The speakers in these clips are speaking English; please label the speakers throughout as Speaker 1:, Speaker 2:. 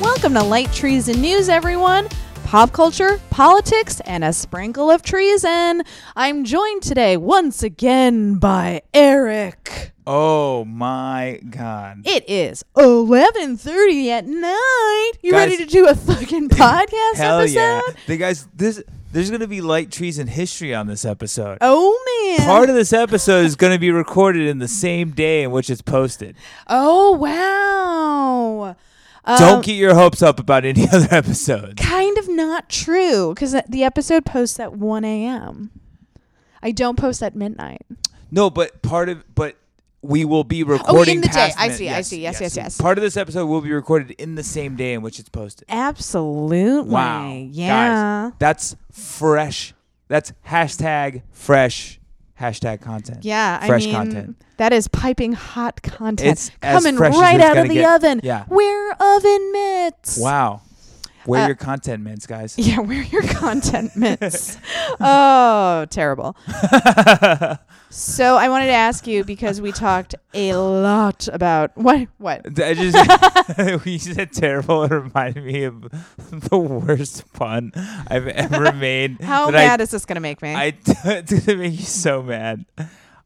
Speaker 1: Welcome to Light Trees and News, everyone. Pop culture, politics, and a sprinkle of treason. I'm joined today once again by Eric.
Speaker 2: Oh my god.
Speaker 1: It is 11:30 at night. You
Speaker 2: Guys-
Speaker 1: ready to do a fucking podcast
Speaker 2: Hell
Speaker 1: episode?
Speaker 2: yeah. The guys this there's gonna be light trees in history on this episode.
Speaker 1: Oh man.
Speaker 2: Part of this episode is gonna be recorded in the same day in which it's posted.
Speaker 1: oh wow. Um,
Speaker 2: Don't get your hopes up about any other episodes.
Speaker 1: kind of not true because the episode posts at 1 a.m. I don't post at midnight.
Speaker 2: No, but part of but we will be recording
Speaker 1: Oh, the day.
Speaker 2: past
Speaker 1: I
Speaker 2: min-
Speaker 1: see, I see. Yes, yes, yes.
Speaker 2: Part of this episode will be recorded in the same day in which it's posted.
Speaker 1: Absolutely.
Speaker 2: Wow.
Speaker 1: Yeah.
Speaker 2: Guys, that's fresh. That's hashtag fresh hashtag content.
Speaker 1: Yeah.
Speaker 2: Fresh
Speaker 1: I mean,
Speaker 2: content.
Speaker 1: That is piping hot content
Speaker 2: It's as
Speaker 1: coming
Speaker 2: fresh as
Speaker 1: right
Speaker 2: it's
Speaker 1: out
Speaker 2: gonna
Speaker 1: of the
Speaker 2: get.
Speaker 1: oven.
Speaker 2: Yeah.
Speaker 1: Wear oven mitts.
Speaker 2: Wow. Wear
Speaker 1: Uh,
Speaker 2: your content mints, guys.
Speaker 1: Yeah, wear your content mitts. oh, terrible. so I wanted to ask you because we talked a lot about what what
Speaker 2: I just you said terrible. It reminded me of the worst pun I've ever made.
Speaker 1: how
Speaker 2: that I-
Speaker 1: mad is this gonna make me?
Speaker 2: I it's gonna make you so mad.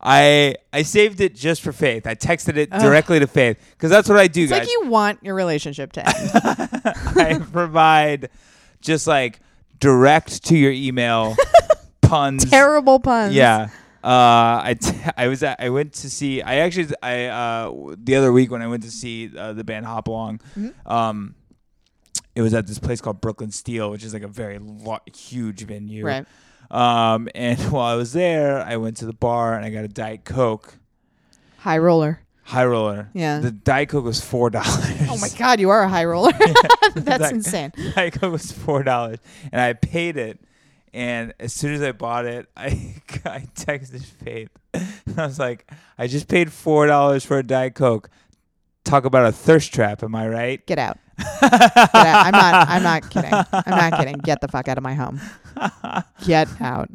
Speaker 2: I I saved it just for Faith. I texted it
Speaker 1: Ugh.
Speaker 2: directly to Faith because that's what I do,
Speaker 1: It's
Speaker 2: guys.
Speaker 1: like you want your relationship to end.
Speaker 2: I provide just like direct to your email puns.
Speaker 1: Terrible puns.
Speaker 2: Yeah. Uh, I, t- I was at, I went to see I actually I uh, w- the other week when I went to see uh, the band Hop Along,
Speaker 1: Mm-hmm.
Speaker 2: um, it was at this place called Brooklyn Steel, which is like a very lo- huge venue.
Speaker 1: Right.
Speaker 2: Um, and while I was there, I went to the bar and I got a Diet Coke
Speaker 1: High roller.
Speaker 2: High Roller.
Speaker 1: Yeah.
Speaker 2: The Diet Coke was four dollars.
Speaker 1: Oh my god, you are a high roller. That's
Speaker 2: Like-
Speaker 1: insane.
Speaker 2: Diet Coke was four dollars, and I paid it. And as soon as I bought it, I I texted Faith, and I was like, "I just paid four dollars for a Diet Coke. Talk about a thirst trap, am I right?"
Speaker 1: Get out. Get out. I'm not I'm not kidding. I'm not kidding. Get the fuck out of my home. Get out.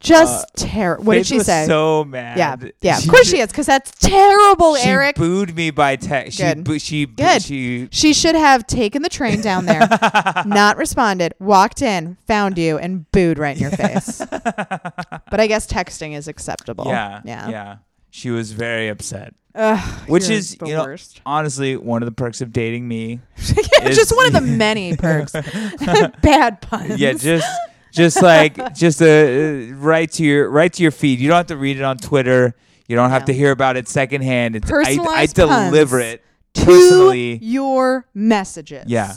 Speaker 1: Just terrible. What did
Speaker 2: Uh, Faith
Speaker 1: she
Speaker 2: was
Speaker 1: say?
Speaker 2: So mad.
Speaker 1: yeah. Yeah. Of course she is, because that's terrible,
Speaker 2: She
Speaker 1: Eric.
Speaker 2: booed me by text. She,
Speaker 1: Good.
Speaker 2: boo- she, boo-
Speaker 1: Good.
Speaker 2: she,
Speaker 1: she should have taken the train down there, not responded, walked in, found you, and booed right in your face. but I guess texting is acceptable.
Speaker 2: yeah,
Speaker 1: Yeah.
Speaker 2: yeah. She was very upset.
Speaker 1: Ugh,
Speaker 2: Which
Speaker 1: you're
Speaker 2: is,
Speaker 1: the
Speaker 2: you know,
Speaker 1: worst.
Speaker 2: honestly, one of the perks of dating me.
Speaker 1: It's just
Speaker 2: is-
Speaker 1: one of the many perks. Bad puns.
Speaker 2: Yeah, just just like just uh, uh, right to your right to your feed. You don't have to read it on Twitter. You don't have
Speaker 1: No.
Speaker 2: to hear about it secondhand. It's I, I
Speaker 1: Personalized
Speaker 2: deliver
Speaker 1: puns
Speaker 2: it
Speaker 1: to
Speaker 2: personally.
Speaker 1: your messages.
Speaker 2: Yeah.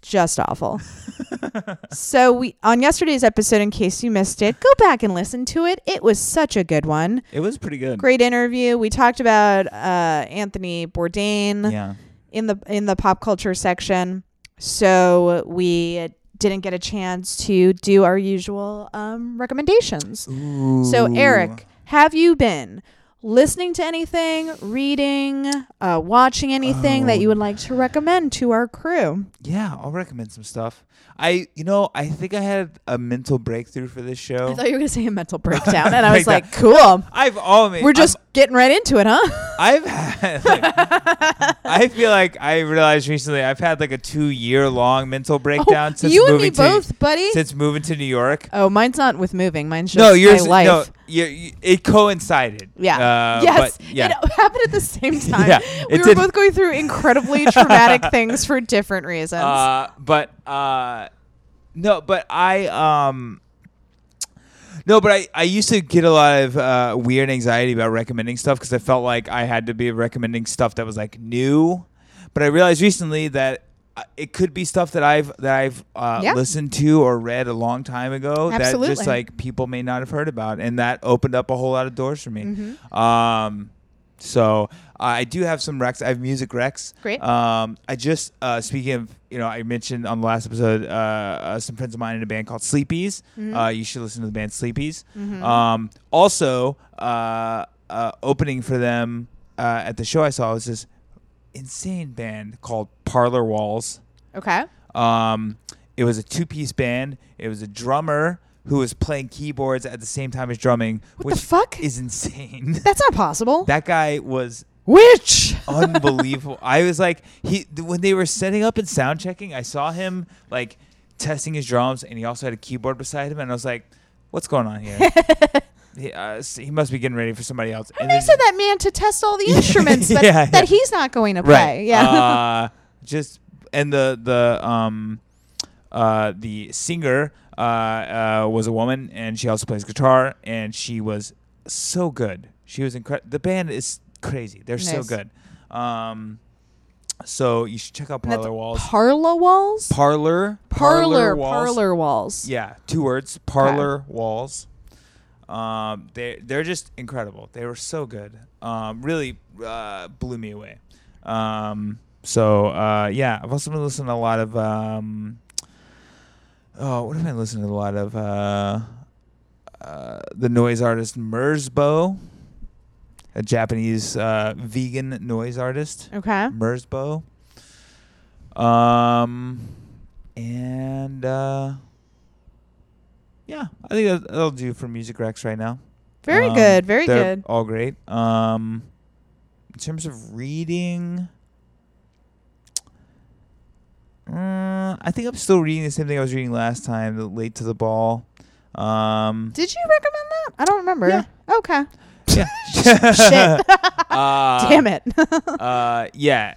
Speaker 1: Just awful. so we on yesterday's episode, in case you missed it, go back and listen to it. It was such a good one.
Speaker 2: It was pretty good.
Speaker 1: Great interview. We talked about uh, Anthony Bourdain
Speaker 2: Yeah.
Speaker 1: in the in the pop culture section. So we didn't get a chance to do our usual um, recommendations. So, Eric, have you been listening to anything, reading, uh, watching anything that you would like to recommend to our crew?
Speaker 2: Yeah, I'll recommend some stuff. I you know, I think I had a mental breakthrough for this show.
Speaker 1: I thought you were going to say a mental breakdown, and I was
Speaker 2: Breakdown.
Speaker 1: like, cool.
Speaker 2: I've all
Speaker 1: We're just getting right into it, huh?
Speaker 2: I've had. like, I feel like I realized recently I've had like a two-year-long mental breakdown since
Speaker 1: Oh, you and
Speaker 2: moving
Speaker 1: me
Speaker 2: to
Speaker 1: both, buddy.
Speaker 2: since moving to New York.
Speaker 1: oh, mine's not with moving. Mine's just
Speaker 2: no, yours.
Speaker 1: my life.
Speaker 2: No, you, you, it coincided.
Speaker 1: Yeah.
Speaker 2: Uh,
Speaker 1: yes.
Speaker 2: But yeah.
Speaker 1: It happened at the same time.
Speaker 2: Yeah,
Speaker 1: we
Speaker 2: it
Speaker 1: were
Speaker 2: did.
Speaker 1: both going through incredibly traumatic things for different reasons.
Speaker 2: uh, but uh, no, but I um. No, but I, I used to get a lot of uh, weird anxiety about recommending stuff because I felt like I had to be recommending stuff that was like new. But I realized recently that uh, it could be stuff that I've that I've uh,
Speaker 1: Yeah.
Speaker 2: listened to or read a long time ago that
Speaker 1: Absolutely.
Speaker 2: just like people may not have heard about, and that opened up a whole lot of doors for me.
Speaker 1: Mm-hmm.
Speaker 2: Um, so I do have some recs. I have music recs.
Speaker 1: Great.
Speaker 2: Um, I just uh, speaking of you know I mentioned on the last episode uh, uh, some friends of mine in a band called Sleepies.
Speaker 1: Mm-hmm.
Speaker 2: Uh, you should listen to the band Sleepies. Um, also, uh, uh, opening for them uh, at the show I saw was this insane band called Parlor Walls.
Speaker 1: okay.
Speaker 2: Um, it was a two piece band. It was a drummer who was playing keyboards at the same time as drumming,
Speaker 1: What the
Speaker 2: which
Speaker 1: fuck?
Speaker 2: is insane.
Speaker 1: That's not possible.
Speaker 2: That guy was
Speaker 1: Which
Speaker 2: unbelievable. I was like, he th- when they were setting up and sound checking, I saw him like testing his drums, and he also had a keyboard beside him, and I was like, what's going on here? he, uh, s- he must be getting ready for somebody else.
Speaker 1: And
Speaker 2: And
Speaker 1: they
Speaker 2: then-
Speaker 1: said that man to test all the instruments that,
Speaker 2: Yeah,
Speaker 1: that
Speaker 2: yeah.
Speaker 1: he's not going to
Speaker 2: right?
Speaker 1: play. Yeah.
Speaker 2: Uh, just and the the um uh the singer uh, uh was a woman, and she also plays guitar, and she was so good. She was incredible. The band is crazy. They're so
Speaker 1: Nice.
Speaker 2: good. Um, so you should check out
Speaker 1: And that's
Speaker 2: Parlor Walls.
Speaker 1: Parlor walls.
Speaker 2: Parlor.
Speaker 1: parlor.
Speaker 2: Walls.
Speaker 1: Parlor walls.
Speaker 2: Yeah, two words. Parlor walls. Um, they they're just incredible. They were so good. Um, really uh, blew me away. Um, so uh, yeah, I've also been listening to a lot of. Um, oh, what have I listened to a lot of? Uh, uh, the noise artist Merzbow, a Japanese uh, vegan noise artist.
Speaker 1: Okay.
Speaker 2: Mm, Merzbow. Um, and uh, yeah, I think that- that'll do for music recs right now.
Speaker 1: Very
Speaker 2: Um,
Speaker 1: good. Very
Speaker 2: they're
Speaker 1: good.
Speaker 2: All great. Um, in terms of reading, mm, I think I'm still reading the same thing I was reading last time. The late to the ball. Um,
Speaker 1: Did you recommend that? I don't remember.
Speaker 2: Yeah.
Speaker 1: Okay.
Speaker 2: yeah.
Speaker 1: Shit.
Speaker 2: Uh,
Speaker 1: Damn it.
Speaker 2: Uh, yeah.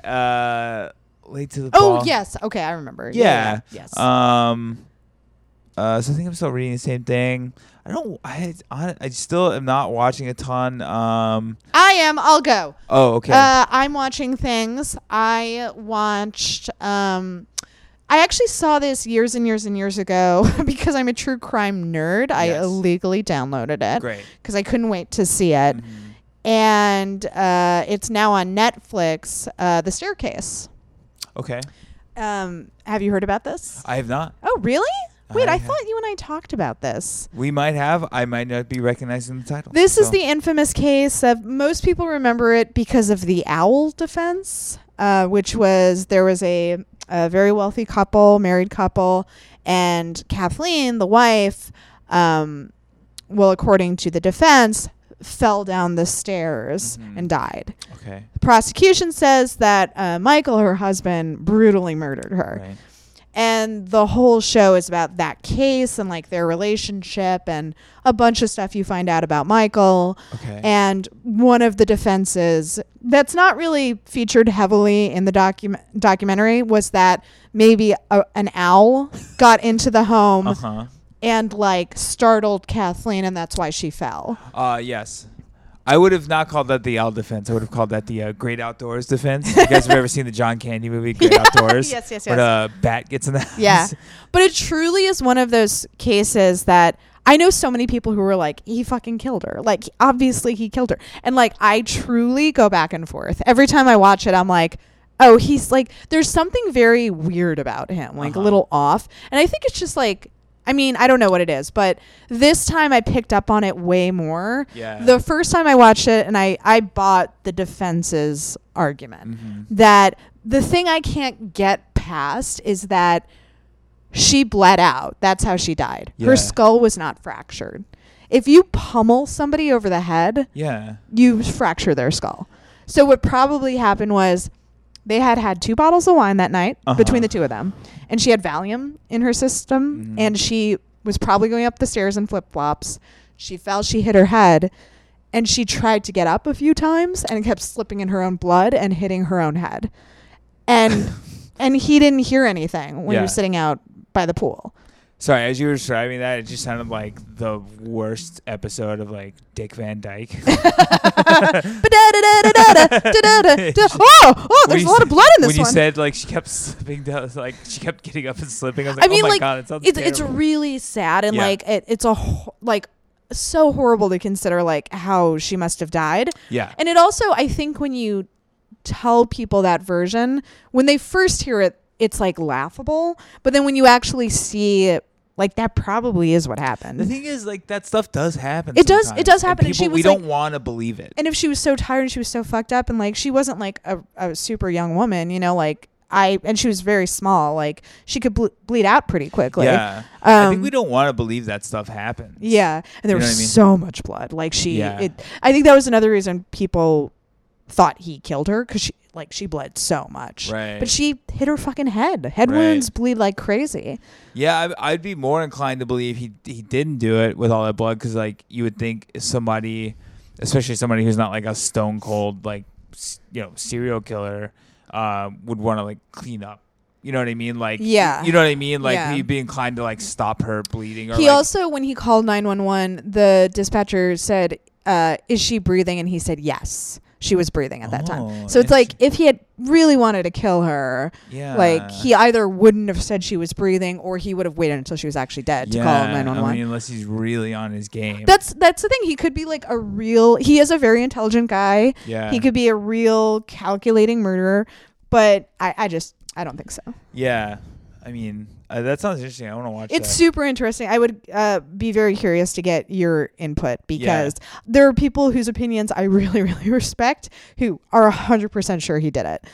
Speaker 2: Uh, late to the ball.
Speaker 1: oh yes. Okay, I remember.
Speaker 2: Yeah.
Speaker 1: Yes.
Speaker 2: Um. Uh, so I think I'm still reading the same thing. I don't. I I I still am not watching a ton. Um.
Speaker 1: I am. I'll go.
Speaker 2: Oh, okay.
Speaker 1: Uh, I'm watching things. I watched. Um, I actually saw this years and years and years ago because I'm a true crime nerd. I
Speaker 2: Yes.
Speaker 1: illegally downloaded it.
Speaker 2: Great. Mm-hmm.
Speaker 1: Because I couldn't wait to see it. And uh, it's now on Netflix, uh, The Staircase.
Speaker 2: Okay.
Speaker 1: Um, have you heard about this?
Speaker 2: I have not.
Speaker 1: Oh, really? Wait,
Speaker 2: I
Speaker 1: I,
Speaker 2: have-
Speaker 1: thought you and I talked about this.
Speaker 2: We might have. I might not be recognizing the title.
Speaker 1: This is
Speaker 2: so-
Speaker 1: the infamous case of most people remember it because of the owl defense, uh, which was there was a, a very wealthy couple, married couple, and Kathleen, the wife, um, well, according to the defense, fell down the stairs
Speaker 2: Mhm.
Speaker 1: and died.
Speaker 2: Okay.
Speaker 1: The prosecution says that uh, Michael, her husband, brutally murdered her
Speaker 2: Right.
Speaker 1: and the whole show is about that case and like their relationship and a bunch of stuff you find out about Michael.
Speaker 2: Okay.
Speaker 1: And one of the defenses that's not really featured heavily in the docu- documentary was that maybe a, an owl got into the home
Speaker 2: uh huh.
Speaker 1: and like startled Kathleen, and that's why she fell.
Speaker 2: Uh yes. I would have not called that the owl defense. I would have called that the uh, Great Outdoors defense. you guys have ever seen the John Candy movie Great Outdoors?
Speaker 1: Yes, yes,
Speaker 2: When
Speaker 1: yes.
Speaker 2: a bat gets in the house.
Speaker 1: Yeah. But it truly is one of those cases that I know so many people who were like, he fucking killed her. Like, obviously he killed her. And like, I truly go back and forth. Every time I watch it, I'm like, oh, he's like, there's something very weird about him, like a
Speaker 2: Uh-huh.
Speaker 1: little off. And I think it's just like, I mean, I don't know what it is, but this time I picked up on it way more.
Speaker 2: Yeah.
Speaker 1: The first time I watched it, and I, I bought the defense's argument
Speaker 2: Mhm.
Speaker 1: that the thing I can't get past is that she bled out. That's how she died.
Speaker 2: Yeah.
Speaker 1: Her skull was not fractured. If you pummel somebody over the head,
Speaker 2: Yeah.
Speaker 1: you fracture their skull. So what probably happened was they had had two bottles of wine that night between
Speaker 2: Uh-huh.
Speaker 1: the two of them, and she had Valium in her system,
Speaker 2: Mhm.
Speaker 1: and she was probably going up the stairs in flip flops. She fell. She hit her head. And she tried to get up a few times and it kept slipping in her own blood and hitting her own head. And and he didn't hear anything when he
Speaker 2: Yeah.
Speaker 1: was sitting out by the pool.
Speaker 2: Sorry, as you were describing that, it just sounded like the worst episode of like Dick Van Dyke.
Speaker 1: Ba-da-da-da-da-da, da-da-da-da. Oh, oh,
Speaker 2: When
Speaker 1: there's
Speaker 2: you
Speaker 1: a lot of
Speaker 2: said-
Speaker 1: blood in this
Speaker 2: When you
Speaker 1: one.
Speaker 2: said like she kept slipping down, like she kept getting up and slipping. I was like, oh my god, it sounds
Speaker 1: it's it's
Speaker 2: terrible.
Speaker 1: really sad and
Speaker 2: Yeah.
Speaker 1: like it, it's a ho- like so horrible to consider like how she must have died.
Speaker 2: yeah,
Speaker 1: And it also I think when you tell people that version, when they first hear it, it's like laughable, but then when you actually see it, like that probably is what happened.
Speaker 2: The thing is, like that stuff does happen.
Speaker 1: It does- it
Speaker 2: sometimes,
Speaker 1: does
Speaker 2: and
Speaker 1: happen, and
Speaker 2: people-
Speaker 1: she
Speaker 2: we
Speaker 1: was,
Speaker 2: don't
Speaker 1: like-
Speaker 2: want to believe it.
Speaker 1: and if she was so tired and she was so fucked up and like she wasn't like a, a super young woman you know like i and she was very small like she could ble- bleed out pretty quickly
Speaker 2: yeah, I
Speaker 1: um,
Speaker 2: think we don't want to believe that stuff happens.
Speaker 1: yeah and there
Speaker 2: You know
Speaker 1: was
Speaker 2: what I mean?
Speaker 1: so much blood like she
Speaker 2: Yeah.
Speaker 1: it i think that was another reason people thought he killed her because she like she bled so much.
Speaker 2: Right.
Speaker 1: But she hit her fucking head. Head
Speaker 2: Right.
Speaker 1: wounds bleed like crazy.
Speaker 2: Yeah, I, I'd be more inclined to believe he he didn't do it with all that blood because like you would think somebody, especially somebody who's not like a stone cold like s- you know serial killer, uh, would want to like clean up. You know what I mean? Like
Speaker 1: Yeah.
Speaker 2: you know what I mean? Like
Speaker 1: Yeah.
Speaker 2: he'd be inclined to like stop her bleeding. Or
Speaker 1: He
Speaker 2: like,
Speaker 1: also, when he called 911, the dispatcher said, uh, Is she breathing? And he said, Yes, she was breathing at that
Speaker 2: Oh,
Speaker 1: time. So it's like if he had really wanted to kill her,
Speaker 2: yeah,
Speaker 1: like he either wouldn't have said she was breathing or he would have waited until she was actually dead to
Speaker 2: Yeah,
Speaker 1: call 911.
Speaker 2: I mean, unless he's really on his game.
Speaker 1: that's that's the thing. He could be like a real. He is a very intelligent guy.
Speaker 2: yeah,
Speaker 1: He could be a real calculating murderer, but I, I just I don't think so.
Speaker 2: yeah. I mean, uh, that sounds interesting. I want to watch.
Speaker 1: It's
Speaker 2: that.
Speaker 1: super interesting. I would uh, be very curious to get your input because there are people whose opinions I really really respect who are hundred percent sure he did it.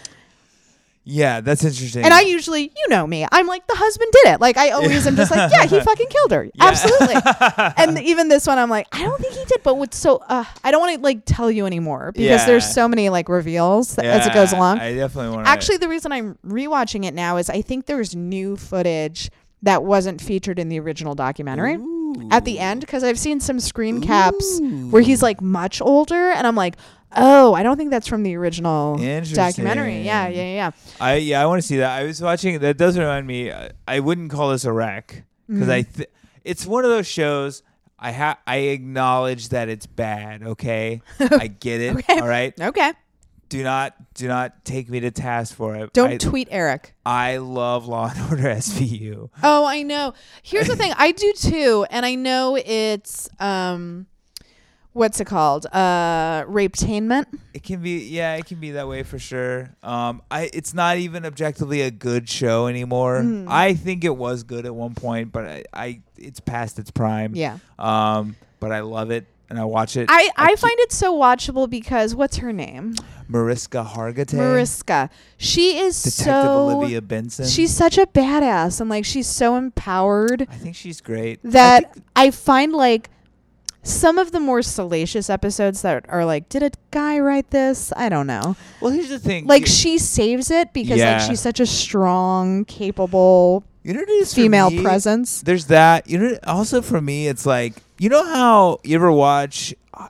Speaker 2: yeah, that's interesting.
Speaker 1: And I usually, you know me, I'm like the husband did it. Like I always am just like, yeah, he fucking killed her. Absolutely. and even this one, I'm like, I don't think he did. But what's so? Uh, I don't want to like tell you anymore because
Speaker 2: Yeah.
Speaker 1: there's so many like reveals that, as it goes
Speaker 2: Yeah,
Speaker 1: along.
Speaker 2: I definitely want.
Speaker 1: Actually, the reason I'm rewatching it now is I think there's new footage that wasn't featured in the original documentary at the end because I've seen some screen caps where he's like much older, and I'm like, oh, I don't think that's from the original documentary. Yeah,
Speaker 2: Interesting.
Speaker 1: yeah, yeah.
Speaker 2: I yeah, I want to see that. I was watching. That does remind me. I, I wouldn't call this a wreck because I.
Speaker 1: Mm-hmm.
Speaker 2: Th- it's one of those shows. I ha- I acknowledge that it's bad. Okay, I get it. All right.
Speaker 1: Okay.
Speaker 2: Do not do not take me to task for it.
Speaker 1: Don't
Speaker 2: I,
Speaker 1: tweet Eric.
Speaker 2: I love Law and Order SVU.
Speaker 1: Oh, I know. Here's the thing. I do too, and I know it's um what's it called? Uh rapetainment.
Speaker 2: It can be yeah, it can be that way for sure. Um, I it's not even objectively a good show anymore.
Speaker 1: Mm.
Speaker 2: I think it was good at one point, but I, I it's past its prime.
Speaker 1: Yeah.
Speaker 2: Um, but I love it and I watch it.
Speaker 1: I, I
Speaker 2: keep-
Speaker 1: find it so watchable because what's her name?
Speaker 2: Mariska Hargitay,
Speaker 1: Mariska. She is
Speaker 2: Detective
Speaker 1: so
Speaker 2: Olivia Benson.
Speaker 1: she's such a badass and like she's so empowered
Speaker 2: I think she's great. I
Speaker 1: that
Speaker 2: think-
Speaker 1: I find like some of the more salacious episodes that are like, did a guy write this? I don't know.
Speaker 2: well, here's the thing.
Speaker 1: Like
Speaker 2: you,
Speaker 1: she saves it because
Speaker 2: Yeah.
Speaker 1: like she's such a strong, capable
Speaker 2: you know what it is for
Speaker 1: female
Speaker 2: me?
Speaker 1: presence.
Speaker 2: There's that. You know. Also for me, it's like you know how you ever watch. uh,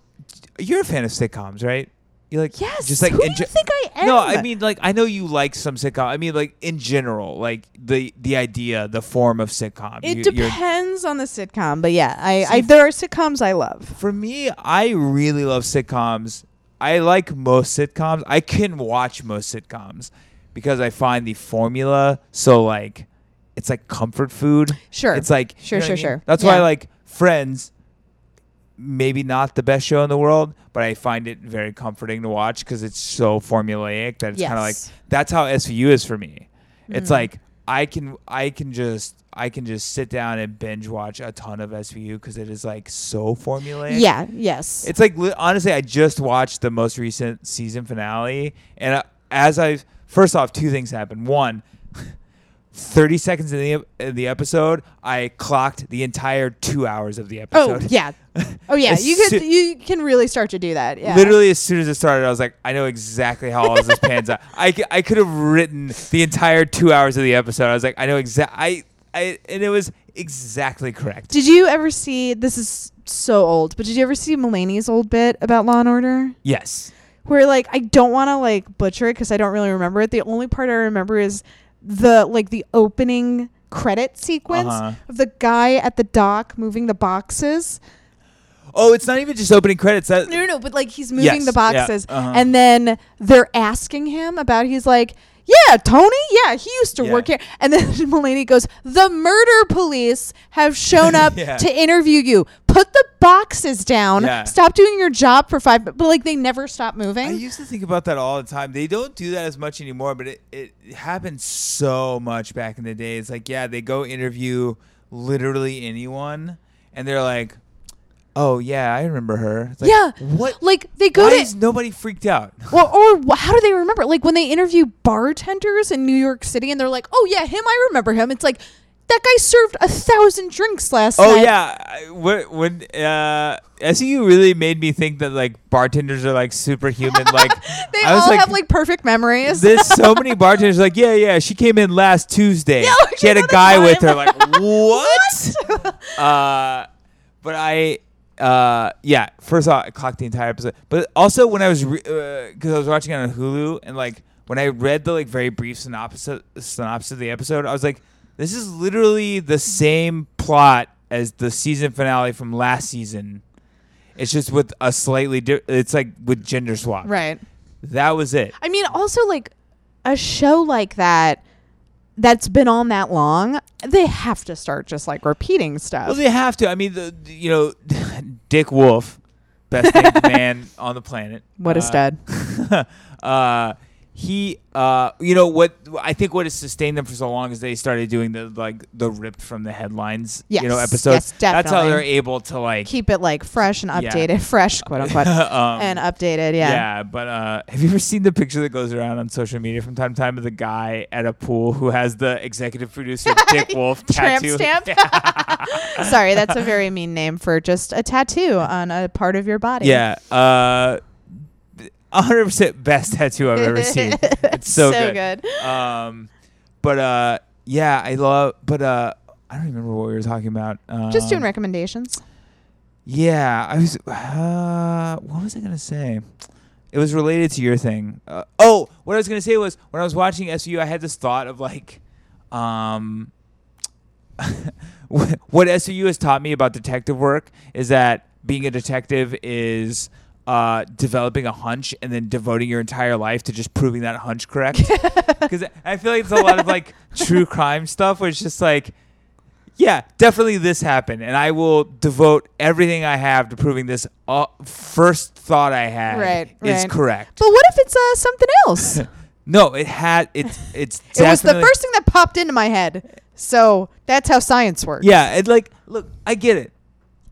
Speaker 2: You're a fan of sitcoms, right? You like
Speaker 1: Yes.
Speaker 2: just like
Speaker 1: who do
Speaker 2: enjo-
Speaker 1: you think I am?
Speaker 2: No, I mean like I know you like some sitcom. I mean like in general, like the the idea, the form of sitcom.
Speaker 1: it
Speaker 2: You- you're-
Speaker 1: depends on the sitcom, but yeah, I,
Speaker 2: See,
Speaker 1: I there are sitcoms I love.
Speaker 2: For me, I really love sitcoms. I like most sitcoms. I can watch most sitcoms because I find the formula so like it's like comfort food.
Speaker 1: Sure.
Speaker 2: It's like
Speaker 1: Sure,
Speaker 2: you know what
Speaker 1: sure,
Speaker 2: I mean?
Speaker 1: sure.
Speaker 2: That's why
Speaker 1: Yeah.
Speaker 2: like Friends maybe not the best show in the world, but I find it very comforting to watch because it's so formulaic that it's kind of like
Speaker 1: Yes. Mm-hmm.
Speaker 2: that's how SVU is for me. It's like I can I can just I can just sit down and binge watch a ton of SVU because it is like so formulaic.
Speaker 1: yeah. Yes.
Speaker 2: It's like li- honestly, I just watched the most recent season finale, and uh, as I've first off, two things happened. One, 30 seconds in the ep- in the episode, I clocked the entire two hours of the
Speaker 1: oh
Speaker 2: episode.
Speaker 1: yeah. Oh yeah.
Speaker 2: As
Speaker 1: You could
Speaker 2: soo-
Speaker 1: you can really start to do that. Yeah.
Speaker 2: Literally, as soon as it started, I was like, I know exactly how all this pans out. I, c- I could have written the entire two hours of the episode. I was like, I know exactly. I, I, and it was exactly correct.
Speaker 1: Did you ever see? This is so old, but did you ever see Mulaney's old bit about Law and Order?
Speaker 2: Yes.
Speaker 1: Where like I don't want to like butcher it because I don't really remember it. The only part I remember is the like the opening credit sequence
Speaker 2: Uh-huh.
Speaker 1: of the guy at the dock moving the boxes.
Speaker 2: Oh, it's not even just opening credits. That,
Speaker 1: No, no, no, but like he's moving
Speaker 2: Yes,
Speaker 1: the
Speaker 2: yeah,
Speaker 1: boxes,
Speaker 2: uh-huh.
Speaker 1: and then they're asking him about. He's like, "Yeah, Tony. Yeah, he used to
Speaker 2: Yeah.
Speaker 1: work here." And then Mulaney goes, "The murder police have shown up
Speaker 2: Yeah.
Speaker 1: to interview you. Put the boxes down.
Speaker 2: Yeah.
Speaker 1: Stop doing your job for five. But like they never stop
Speaker 2: I
Speaker 1: moving.
Speaker 2: used to think about that all the time. They don't do that as much anymore, but it, it happened so much back in the day. It's like, yeah, they go interview literally anyone, and they're like, oh, yeah, I remember her. It's like,
Speaker 1: yeah,
Speaker 2: What?
Speaker 1: Like they go
Speaker 2: Why
Speaker 1: to
Speaker 2: is nobody freaked out?
Speaker 1: Well, or wh- how do they remember? Like when they interview bartenders in New York City and they're like, "Oh yeah, him. I remember him." It's like That guy served a thousand drinks last
Speaker 2: Oh
Speaker 1: night.
Speaker 2: yeah, I- when, when uh, SU really made me think that like bartenders are like superhuman. Like
Speaker 1: They
Speaker 2: I was
Speaker 1: all
Speaker 2: like,
Speaker 1: have like perfect memories.
Speaker 2: There's so many bartenders like yeah yeah she came in last Tuesday.
Speaker 1: Yeah,
Speaker 2: she had a
Speaker 1: another
Speaker 2: guy
Speaker 1: time.
Speaker 2: with her like what? uh, but I uh yeah first off I clocked the entire episode. But also when I was because I was watching it on Hulu and like when I read the like very brief synopsis synopsis of the episode I was like this is literally the same plot as the season finale from last season. It's just with a slightly di- it's like with gender swap.
Speaker 1: right.
Speaker 2: That was it.
Speaker 1: I mean, also like a show like that that's been on that long, they have to start just like repeating stuff.
Speaker 2: Well, they have to. I mean, the, the- you know, Dick Wolf, best named man on the planet.
Speaker 1: what a
Speaker 2: Uh,
Speaker 1: stud.
Speaker 2: uh, he, uh, you know what? I think what has sustained them for so long is they started doing the like the ripped from the headlines, you know,
Speaker 1: Yes,
Speaker 2: episodes.
Speaker 1: yes,
Speaker 2: That's how
Speaker 1: definitely.
Speaker 2: they're able to like.
Speaker 1: Keep it like fresh and
Speaker 2: Yeah.
Speaker 1: updated, fresh, quote unquote,
Speaker 2: um,
Speaker 1: and updated.
Speaker 2: yeah.
Speaker 1: Yeah.
Speaker 2: but uh, have you ever seen the picture that goes around on social media from time to time of the guy at a pool who has the executive producer Dick Wolf
Speaker 1: Tramp
Speaker 2: tattoo?
Speaker 1: stamp. Sorry, that's a very mean name for just a tattoo on a part of your body.
Speaker 2: Yeah. Uh, 100% best tattoo I've ever seen. It's so,
Speaker 1: So
Speaker 2: good. Um, but uh, yeah, I love, but uh, I don't remember what we were talking about. Um,
Speaker 1: Just doing recommendations.
Speaker 2: Yeah. I was, uh, what was I going to say? It was related to your thing. Uh, oh, what I was going to say was when I was watching SU, I had this thought of like, um, what what SVU has taught me about detective work is that being a detective is uh, developing a hunch and then devoting your entire life to just proving that hunch correct. Because I feel like it's a lot of like true crime stuff where it's just like, yeah, definitely this happened, and I will devote everything I have to proving this uh, first thought I had
Speaker 1: Right,
Speaker 2: is
Speaker 1: right.
Speaker 2: correct.
Speaker 1: But what if it's uh, something else? it
Speaker 2: No, it had it's it's
Speaker 1: was the
Speaker 2: definitely-
Speaker 1: first thing that popped into my head. So that's how science works.
Speaker 2: Yeah, and like, look, I get it.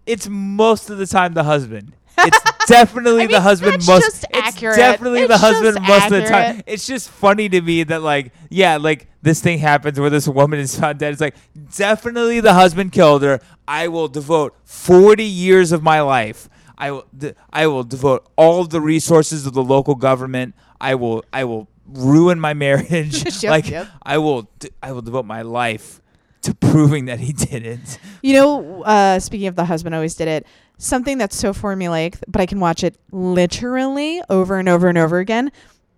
Speaker 2: It's most of the time the husband. It's definitely
Speaker 1: I mean,
Speaker 2: the husband
Speaker 1: that's
Speaker 2: most.
Speaker 1: just
Speaker 2: it's
Speaker 1: accurate.
Speaker 2: definitely the
Speaker 1: It's
Speaker 2: husband
Speaker 1: just
Speaker 2: most of the time.
Speaker 1: accurate.
Speaker 2: It's just funny to me that like, yeah, like this thing happens where this woman is found dead. It's like definitely the husband killed her. I will devote forty years of my life. I will. d I I will devote all the resources of the local government. I will. I will ruin my marriage.
Speaker 1: Yep,
Speaker 2: like
Speaker 1: yep.
Speaker 2: I will. d- I will devote my life to proving that he didn't.
Speaker 1: You know, uh, speaking of the husband always did it, something that's so formulaic, but I can watch it literally over and over and over again.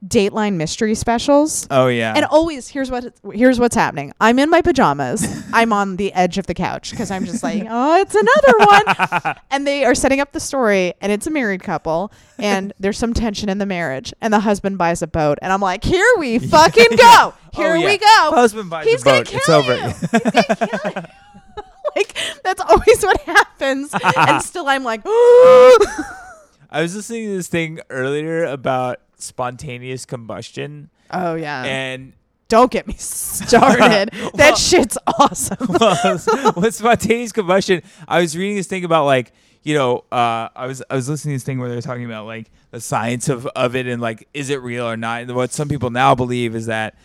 Speaker 1: Dateline mystery specials.
Speaker 2: Oh yeah.
Speaker 1: And always, here's what here's what's happening. I'm in my pajamas. I'm on the edge of the couch because I'm just like, oh, it's another one. and they are setting up the story, and it's a married couple, and there's some tension in the marriage, and the husband buys a boat, and I'm like, here we fucking go, here
Speaker 2: Oh, yeah.
Speaker 1: we go.
Speaker 2: Husband buys a
Speaker 1: He's gonna
Speaker 2: boat.
Speaker 1: Kill
Speaker 2: It's over.
Speaker 1: You. He's gonna kill you. like that's always what happens, and still I'm like, "Oh,
Speaker 2: I was listening to this thing earlier about spontaneous combustion,
Speaker 1: oh yeah.
Speaker 2: and
Speaker 1: Don't get me started.
Speaker 2: Well-
Speaker 1: that shit's awesome.
Speaker 2: with spontaneous combustion, I was reading this thing about like you know uh, I was I was listening to this thing where they're talking about like the science of of it and like is it real or not? And what some people now believe is that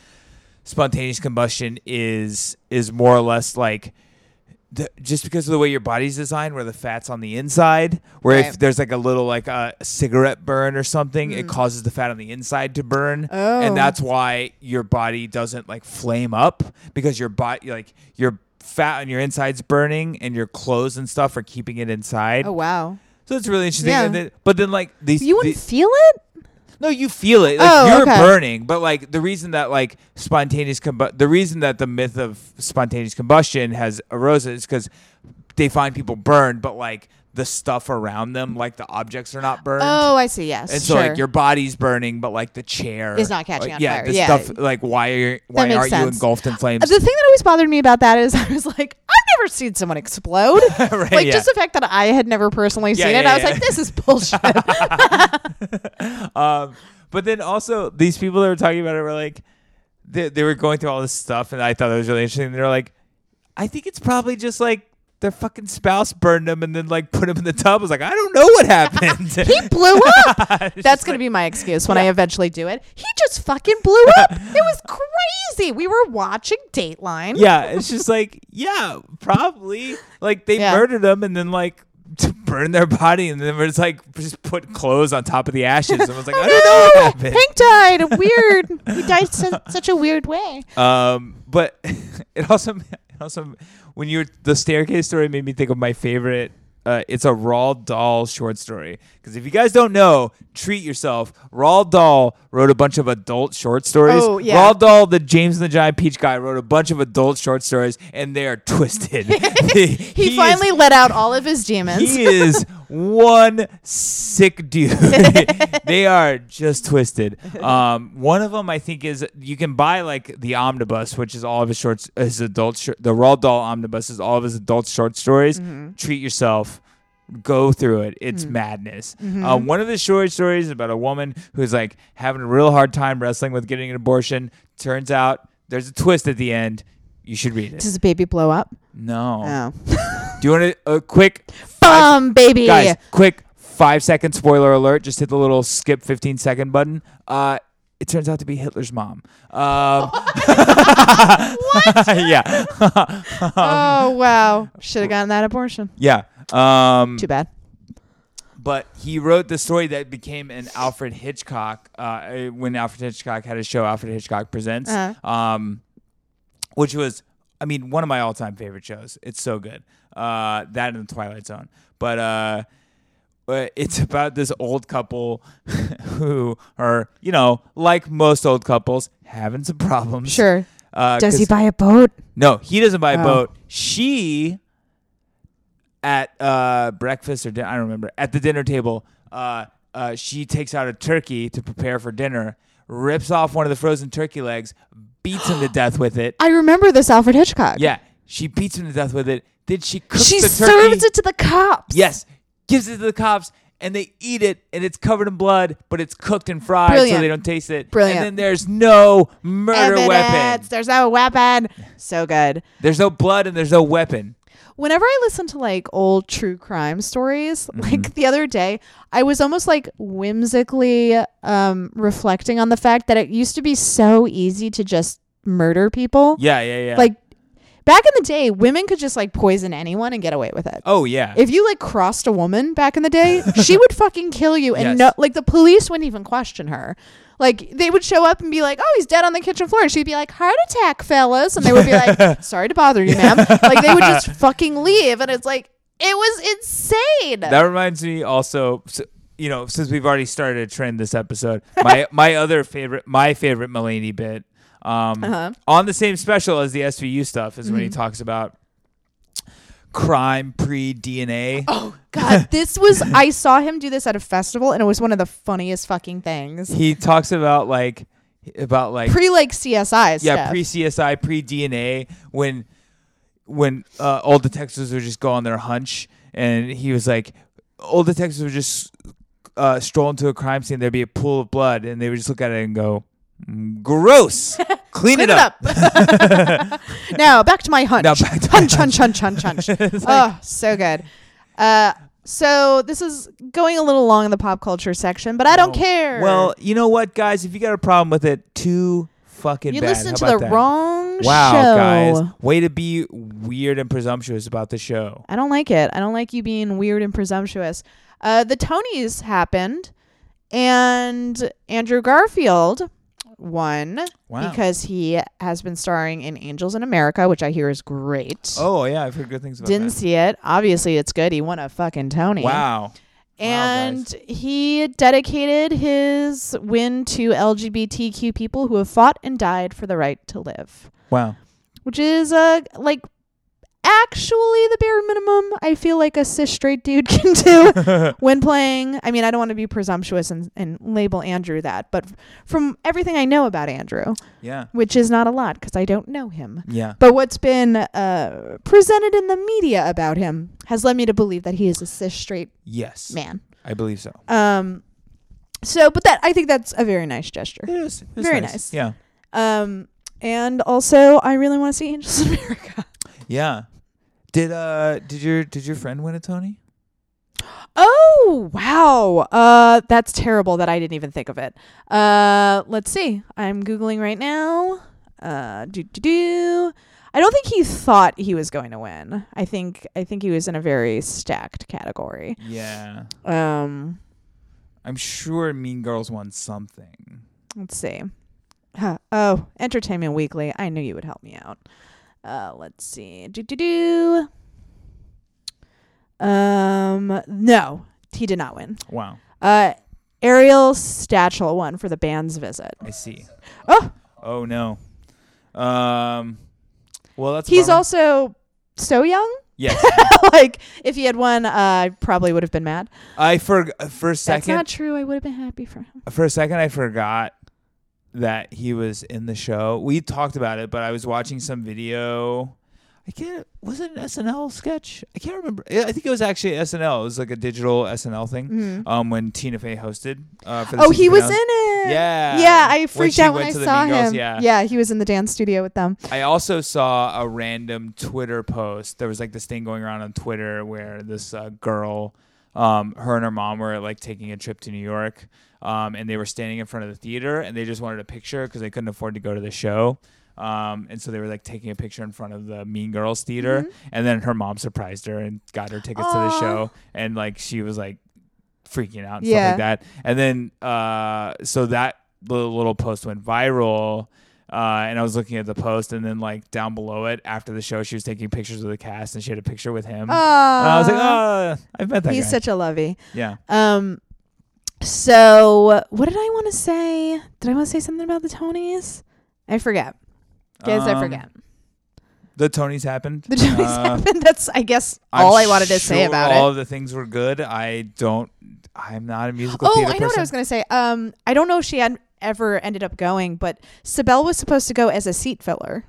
Speaker 2: spontaneous combustion is is more or less like the, just because of the way your body's designed, where the fat's on the inside, where if
Speaker 1: Right. Mm.
Speaker 2: there's like a little like a cigarette burn or something, it causes the fat on the inside to burn,
Speaker 1: Oh.
Speaker 2: and that's why your body doesn't like flame up because your body like your fat on your inside's burning and your clothes and stuff are keeping it inside.
Speaker 1: Oh wow.
Speaker 2: So it's really interesting.
Speaker 1: Yeah.
Speaker 2: And then, but then like these,
Speaker 1: You wouldn't
Speaker 2: the-
Speaker 1: feel it?
Speaker 2: no, you feel it. Like
Speaker 1: Oh,
Speaker 2: you're
Speaker 1: okay.
Speaker 2: burning, but like the reason that like spontaneous combu- the reason that the myth of spontaneous combustion has arisen is because they find people burned, but like the stuff around them, like the objects are not burned.
Speaker 1: Oh, I see. Yes.
Speaker 2: And so,
Speaker 1: sure.
Speaker 2: like, your body's burning, but like the chair
Speaker 1: Is not catching
Speaker 2: like,
Speaker 1: on
Speaker 2: yeah,
Speaker 1: fire.
Speaker 2: The
Speaker 1: Yeah.
Speaker 2: stuff like why are why
Speaker 1: makes
Speaker 2: aren't you
Speaker 1: sense.
Speaker 2: engulfed in flames?
Speaker 1: Uh, the thing that always bothered me about that is I was like, I've never seen someone explode.
Speaker 2: Right,
Speaker 1: like
Speaker 2: yeah.
Speaker 1: just the fact that I had never personally
Speaker 2: Yeah,
Speaker 1: seen it,
Speaker 2: yeah,
Speaker 1: I was
Speaker 2: yeah.
Speaker 1: like, this is bullshit.
Speaker 2: Um, but then also these people that were talking about it were like, they, they were going through all this stuff, and I thought it was really interesting. They were like, I think it's probably just like their fucking spouse burned them and then like put them in the tub. I was like, I don't know what happened.
Speaker 1: He blew up. That's going to be my excuse when I eventually do it. He just fucking blew up. It was crazy. We were watching Dateline.
Speaker 2: yeah, it's just like, yeah, probably. Like they
Speaker 1: Yeah.
Speaker 2: murdered them and then like to burn their body and then we're just like just put clothes on top of the ashes. And I was like, I don't know what
Speaker 1: No,
Speaker 2: happened.
Speaker 1: Hank died. Weird. He died su- such a weird way.
Speaker 2: Um, but it also it also when you were the staircase story made me think of my favorite. Uh, it's a Roald Dahl short story. Because if you guys don't know, treat yourself. Roald Dahl wrote a bunch of adult short stories.
Speaker 1: Oh, yeah.
Speaker 2: Roald Dahl, the James and the Giant Peach guy, wrote a bunch of adult short stories, and they are twisted. he,
Speaker 1: He,
Speaker 2: is-
Speaker 1: finally let out all of his demons.
Speaker 2: he is one sick dude. they are just twisted. Um, one of them, I think, is you can buy like the omnibus, which is all of his shorts, his adult, shor- the Roald Dahl omnibus is all of his adult short stories. Treat yourself. Go through it. It's madness. Uh, one of the short stories is about a woman who's like having a real hard time wrestling with getting an abortion. Turns out there's a twist at the end. You should read it.
Speaker 1: Does the baby blow up?
Speaker 2: No.
Speaker 1: Oh.
Speaker 2: Do you want a, a quick
Speaker 1: Bum, Um, baby.
Speaker 2: guys quick five second spoiler alert just hit the little skip 15 second button uh it turns out to be hitler's mom um yeah
Speaker 1: oh,
Speaker 2: um,
Speaker 1: wow. Should have gotten that abortion.
Speaker 2: yeah um
Speaker 1: Too bad.
Speaker 2: but he wrote the story that became an alfred hitchcock uh when alfred hitchcock had a show alfred hitchcock presents
Speaker 1: Uh-huh.
Speaker 2: um which was i mean one of my all-time favorite shows it's so good uh that and the twilight zone but uh but it's about this old couple who are, you know, like most old couples, having some problems.
Speaker 1: Sure.
Speaker 2: Uh,
Speaker 1: Does he
Speaker 2: 'cause-
Speaker 1: buy a boat?
Speaker 2: No, he doesn't buy a
Speaker 1: Oh.
Speaker 2: boat. She at uh, breakfast or dinner, I don't remember. At the dinner table, uh, uh, she takes out a turkey to prepare for dinner, rips off one of the frozen turkey legs, beats him to death with it.
Speaker 1: I remember this Alfred Hitchcock.
Speaker 2: Yeah, she beats him to death with it. Then she cooks
Speaker 1: She
Speaker 2: the turkey.
Speaker 1: serves it to the cops.
Speaker 2: Yes, gives it to the cops, and they eat it, and it's covered in blood, but it's cooked and fried, so
Speaker 1: Brilliant.
Speaker 2: they don't taste it.
Speaker 1: Brilliant.
Speaker 2: And then there's no murder
Speaker 1: Evidence.
Speaker 2: weapon.
Speaker 1: There's no weapon. So good.
Speaker 2: There's no blood, and there's no weapon.
Speaker 1: Whenever I listen to like old true crime stories,
Speaker 2: Mm-hmm.
Speaker 1: like the other day, I was almost like whimsically um, reflecting on the fact that it used to be so easy to just murder people.
Speaker 2: Yeah, yeah, yeah.
Speaker 1: Like back in the day, women could just like poison anyone and get away with it.
Speaker 2: oh yeah,
Speaker 1: If you like crossed a woman back in the day, she would fucking kill you and
Speaker 2: Yes.
Speaker 1: no like the police wouldn't even question her. Like they would show up and be like, "Oh, he's dead on the kitchen floor." And she'd be like, "Heart attack, fellas." And they would be like, "Sorry to bother you, ma'am." Like they would just fucking leave and it's like it was insane.
Speaker 2: that reminds me also. s you know, since we've already started a trend this episode, my my other favorite, my favorite Mulaney bit, um,
Speaker 1: Uh-huh. Mm-hmm.
Speaker 2: on the same special as the SVU stuff, is when he talks about crime pre DNA.
Speaker 1: oh god, this was I saw him do this at a festival and it was one of the funniest fucking things.
Speaker 2: He talks about like about like
Speaker 1: Pre like CSI
Speaker 2: yeah
Speaker 1: stuff.
Speaker 2: pre CSI pre DNA when when uh, old detectives would just go on their hunch and he was like old detectives would just uh, stroll into a crime scene there'd be a pool of blood and they would just look at it and go "Mm, gross clean,
Speaker 1: Clean it up. now back to my hunch.
Speaker 2: Now back to my
Speaker 1: hunch, hunch, hunch, hunch, hunch, oh, so good. Uh, so this is going a little long in the pop culture section, but I don't care.
Speaker 2: Oh, well you know what guys if you got a problem with it too fucking
Speaker 1: you
Speaker 2: bad
Speaker 1: listen
Speaker 2: How
Speaker 1: to
Speaker 2: about
Speaker 1: the
Speaker 2: that?
Speaker 1: wrong
Speaker 2: wow
Speaker 1: show.
Speaker 2: guys way to be weird and presumptuous about the show
Speaker 1: I don't like it. I don't like you being weird and presumptuous. Uh, the Tonys happened, and Andrew Garfield won
Speaker 2: Wow.
Speaker 1: because he has been starring in Angels in America, which I hear is great.
Speaker 2: oh yeah i've heard good things about
Speaker 1: Didn't
Speaker 2: that
Speaker 1: see it. Obviously, it's good. He won a fucking Tony.
Speaker 2: wow
Speaker 1: And he dedicated his win to LGBTQ people who have fought and died for the right to live,
Speaker 2: wow
Speaker 1: which is uh, like actually the bare minimum I feel like a cis straight dude can do when playing. I mean, I don't want to be presumptuous and, and label Andrew that, but f- from everything I know about Andrew,
Speaker 2: yeah
Speaker 1: which is not a lot because I don't know him.
Speaker 2: yeah
Speaker 1: But what's been uh, presented in the media about him has led me to believe that he is a cis straight
Speaker 2: Yes.
Speaker 1: man.
Speaker 2: I believe so.
Speaker 1: Um, so, but that I think that's a very nice gesture.
Speaker 2: It is. It's
Speaker 1: Very nice.
Speaker 2: Yeah.
Speaker 1: Um, and also I really want to see Angels in America.
Speaker 2: Yeah. Did uh did your did your friend win a Tony?
Speaker 1: Oh wow, uh, that's terrible that I didn't even think of it. Uh, let's see. I'm googling right now. Uh, do do do. I don't think he thought he was going to win. I think I think he was in a very stacked category.
Speaker 2: Yeah.
Speaker 1: Um,
Speaker 2: I'm sure Mean Girls won something.
Speaker 1: let's see. Huh. Oh, Entertainment Weekly. I knew you would help me out. Uh, let's see. Do do do. Um, no, he did not win.
Speaker 2: Wow.
Speaker 1: Uh, Ariel Stachel won for the band's visit.
Speaker 2: I see.
Speaker 1: Oh,
Speaker 2: Oh no. Um well that's a
Speaker 1: he's
Speaker 2: bummer.
Speaker 1: also so young.
Speaker 2: Yes.
Speaker 1: like if he had won, uh, I probably would have been mad.
Speaker 2: I for for a
Speaker 1: That's
Speaker 2: second
Speaker 1: not true. I would have been happy for him.
Speaker 2: for a second I forgot that he was in the show. We talked about it, but I was watching some video. I can't. Was it an SNL sketch? I can't remember. I I think it was actually SNL. It was like a digital SNL thing. Um, when Tina Fey hosted. Uh, for the
Speaker 1: Mm. Mm-hmm. Oh, he
Speaker 2: season
Speaker 1: was in
Speaker 2: finale.
Speaker 1: it.
Speaker 2: Yeah.
Speaker 1: Yeah, I freaked
Speaker 2: she
Speaker 1: out when I
Speaker 2: went to the
Speaker 1: saw
Speaker 2: Mean Girls,
Speaker 1: him.
Speaker 2: yeah.
Speaker 1: he was in the dance studio with them.
Speaker 2: I also saw a random Twitter post. There was like this thing going around on Twitter where this uh, girl, um, her and her mom were like taking a trip to New York, um, and they were standing in front of the theater and they just wanted a picture because they couldn't afford to go to the show. Um, and so they were like taking a picture in front of the Mean Girls theater, and then her mom surprised her and got her tickets to
Speaker 1: Aw.
Speaker 2: the show, and like she was like freaking out and
Speaker 1: Yeah.
Speaker 2: stuff like that. And then uh, so that little, little post went viral. Uh, and I was looking at the post, and then like down below it, after the show, she was taking pictures of the cast, and she had a picture with him. and I was like, oh, I've met that
Speaker 1: he's
Speaker 2: guy.
Speaker 1: such a lovey.
Speaker 2: yeah.
Speaker 1: Um, so what did I want to say? Did I want to say something about the Tonys? I forget. Guess I
Speaker 2: Um,
Speaker 1: forget.
Speaker 2: The Tonys happened.
Speaker 1: The Tonys
Speaker 2: Uh,
Speaker 1: happened. That's I guess
Speaker 2: I'm
Speaker 1: all I wanted to say
Speaker 2: sure
Speaker 1: about
Speaker 2: All
Speaker 1: it.
Speaker 2: of the things were good. I don't. I'm not a musical
Speaker 1: Oh, I know
Speaker 2: theater
Speaker 1: what
Speaker 2: person.
Speaker 1: I was gonna say. Um, I don't know if she had ever ended up going, but Sibel was supposed to go as a seat filler.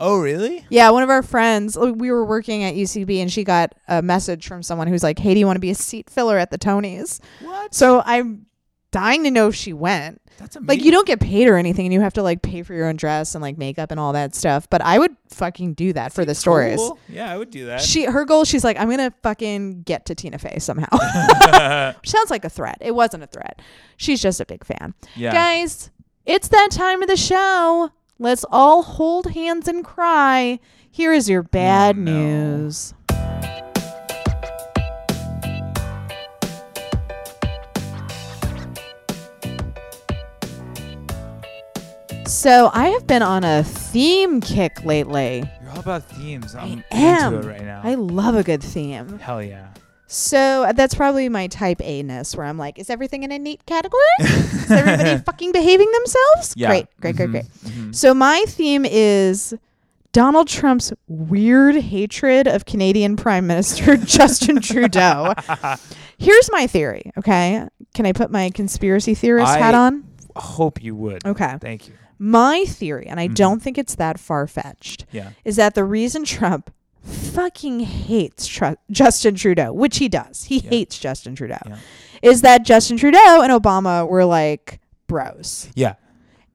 Speaker 2: oh, really?
Speaker 1: Yeah, one of our friends. like, We were working at UCB, and she got a message from someone who's like, "Hey, do you want to be a seat filler at the Tonys?"
Speaker 2: What?
Speaker 1: So I'm dying to know if she went.
Speaker 2: That's amazing.
Speaker 1: Like you don't get paid or anything, and you have to like pay for your own dress and like makeup and all that stuff. But I would fucking do that for the stories.
Speaker 2: Cool. Yeah, I would do that.
Speaker 1: She her goal, she's like, I'm gonna fucking get to Tina Fey somehow. Which sounds like a threat. It wasn't a threat. She's just a big fan.
Speaker 2: yeah.
Speaker 1: Guys, it's that time of the show. Let's all hold hands and cry. Here is your bad
Speaker 2: Oh, no.
Speaker 1: news. So, I have been on a theme kick lately.
Speaker 2: You're all about themes. I'm
Speaker 1: am.
Speaker 2: into it right now.
Speaker 1: I love a good theme.
Speaker 2: Hell yeah.
Speaker 1: So uh, that's probably my type A ness where I'm like, is everything in a neat category? is everybody fucking behaving themselves?
Speaker 2: Yeah.
Speaker 1: Great, great, great, great.
Speaker 2: Mhm.
Speaker 1: So my theme is Donald Trump's weird hatred of Canadian Prime Minister Justin Trudeau. Here's my theory, okay? Can I put my conspiracy theorist
Speaker 2: I-
Speaker 1: hat on?
Speaker 2: Hope you would.
Speaker 1: Okay.
Speaker 2: Thank you.
Speaker 1: My theory, and I
Speaker 2: Mm-hmm.
Speaker 1: don't think it's that far fetched,
Speaker 2: Yeah.
Speaker 1: is that the reason Trump fucking hates Tru- Justin Trudeau, which he does, he hates Justin Trudeau,
Speaker 2: Yeah.
Speaker 1: is that Justin Trudeau and Obama were like bros.
Speaker 2: Yeah.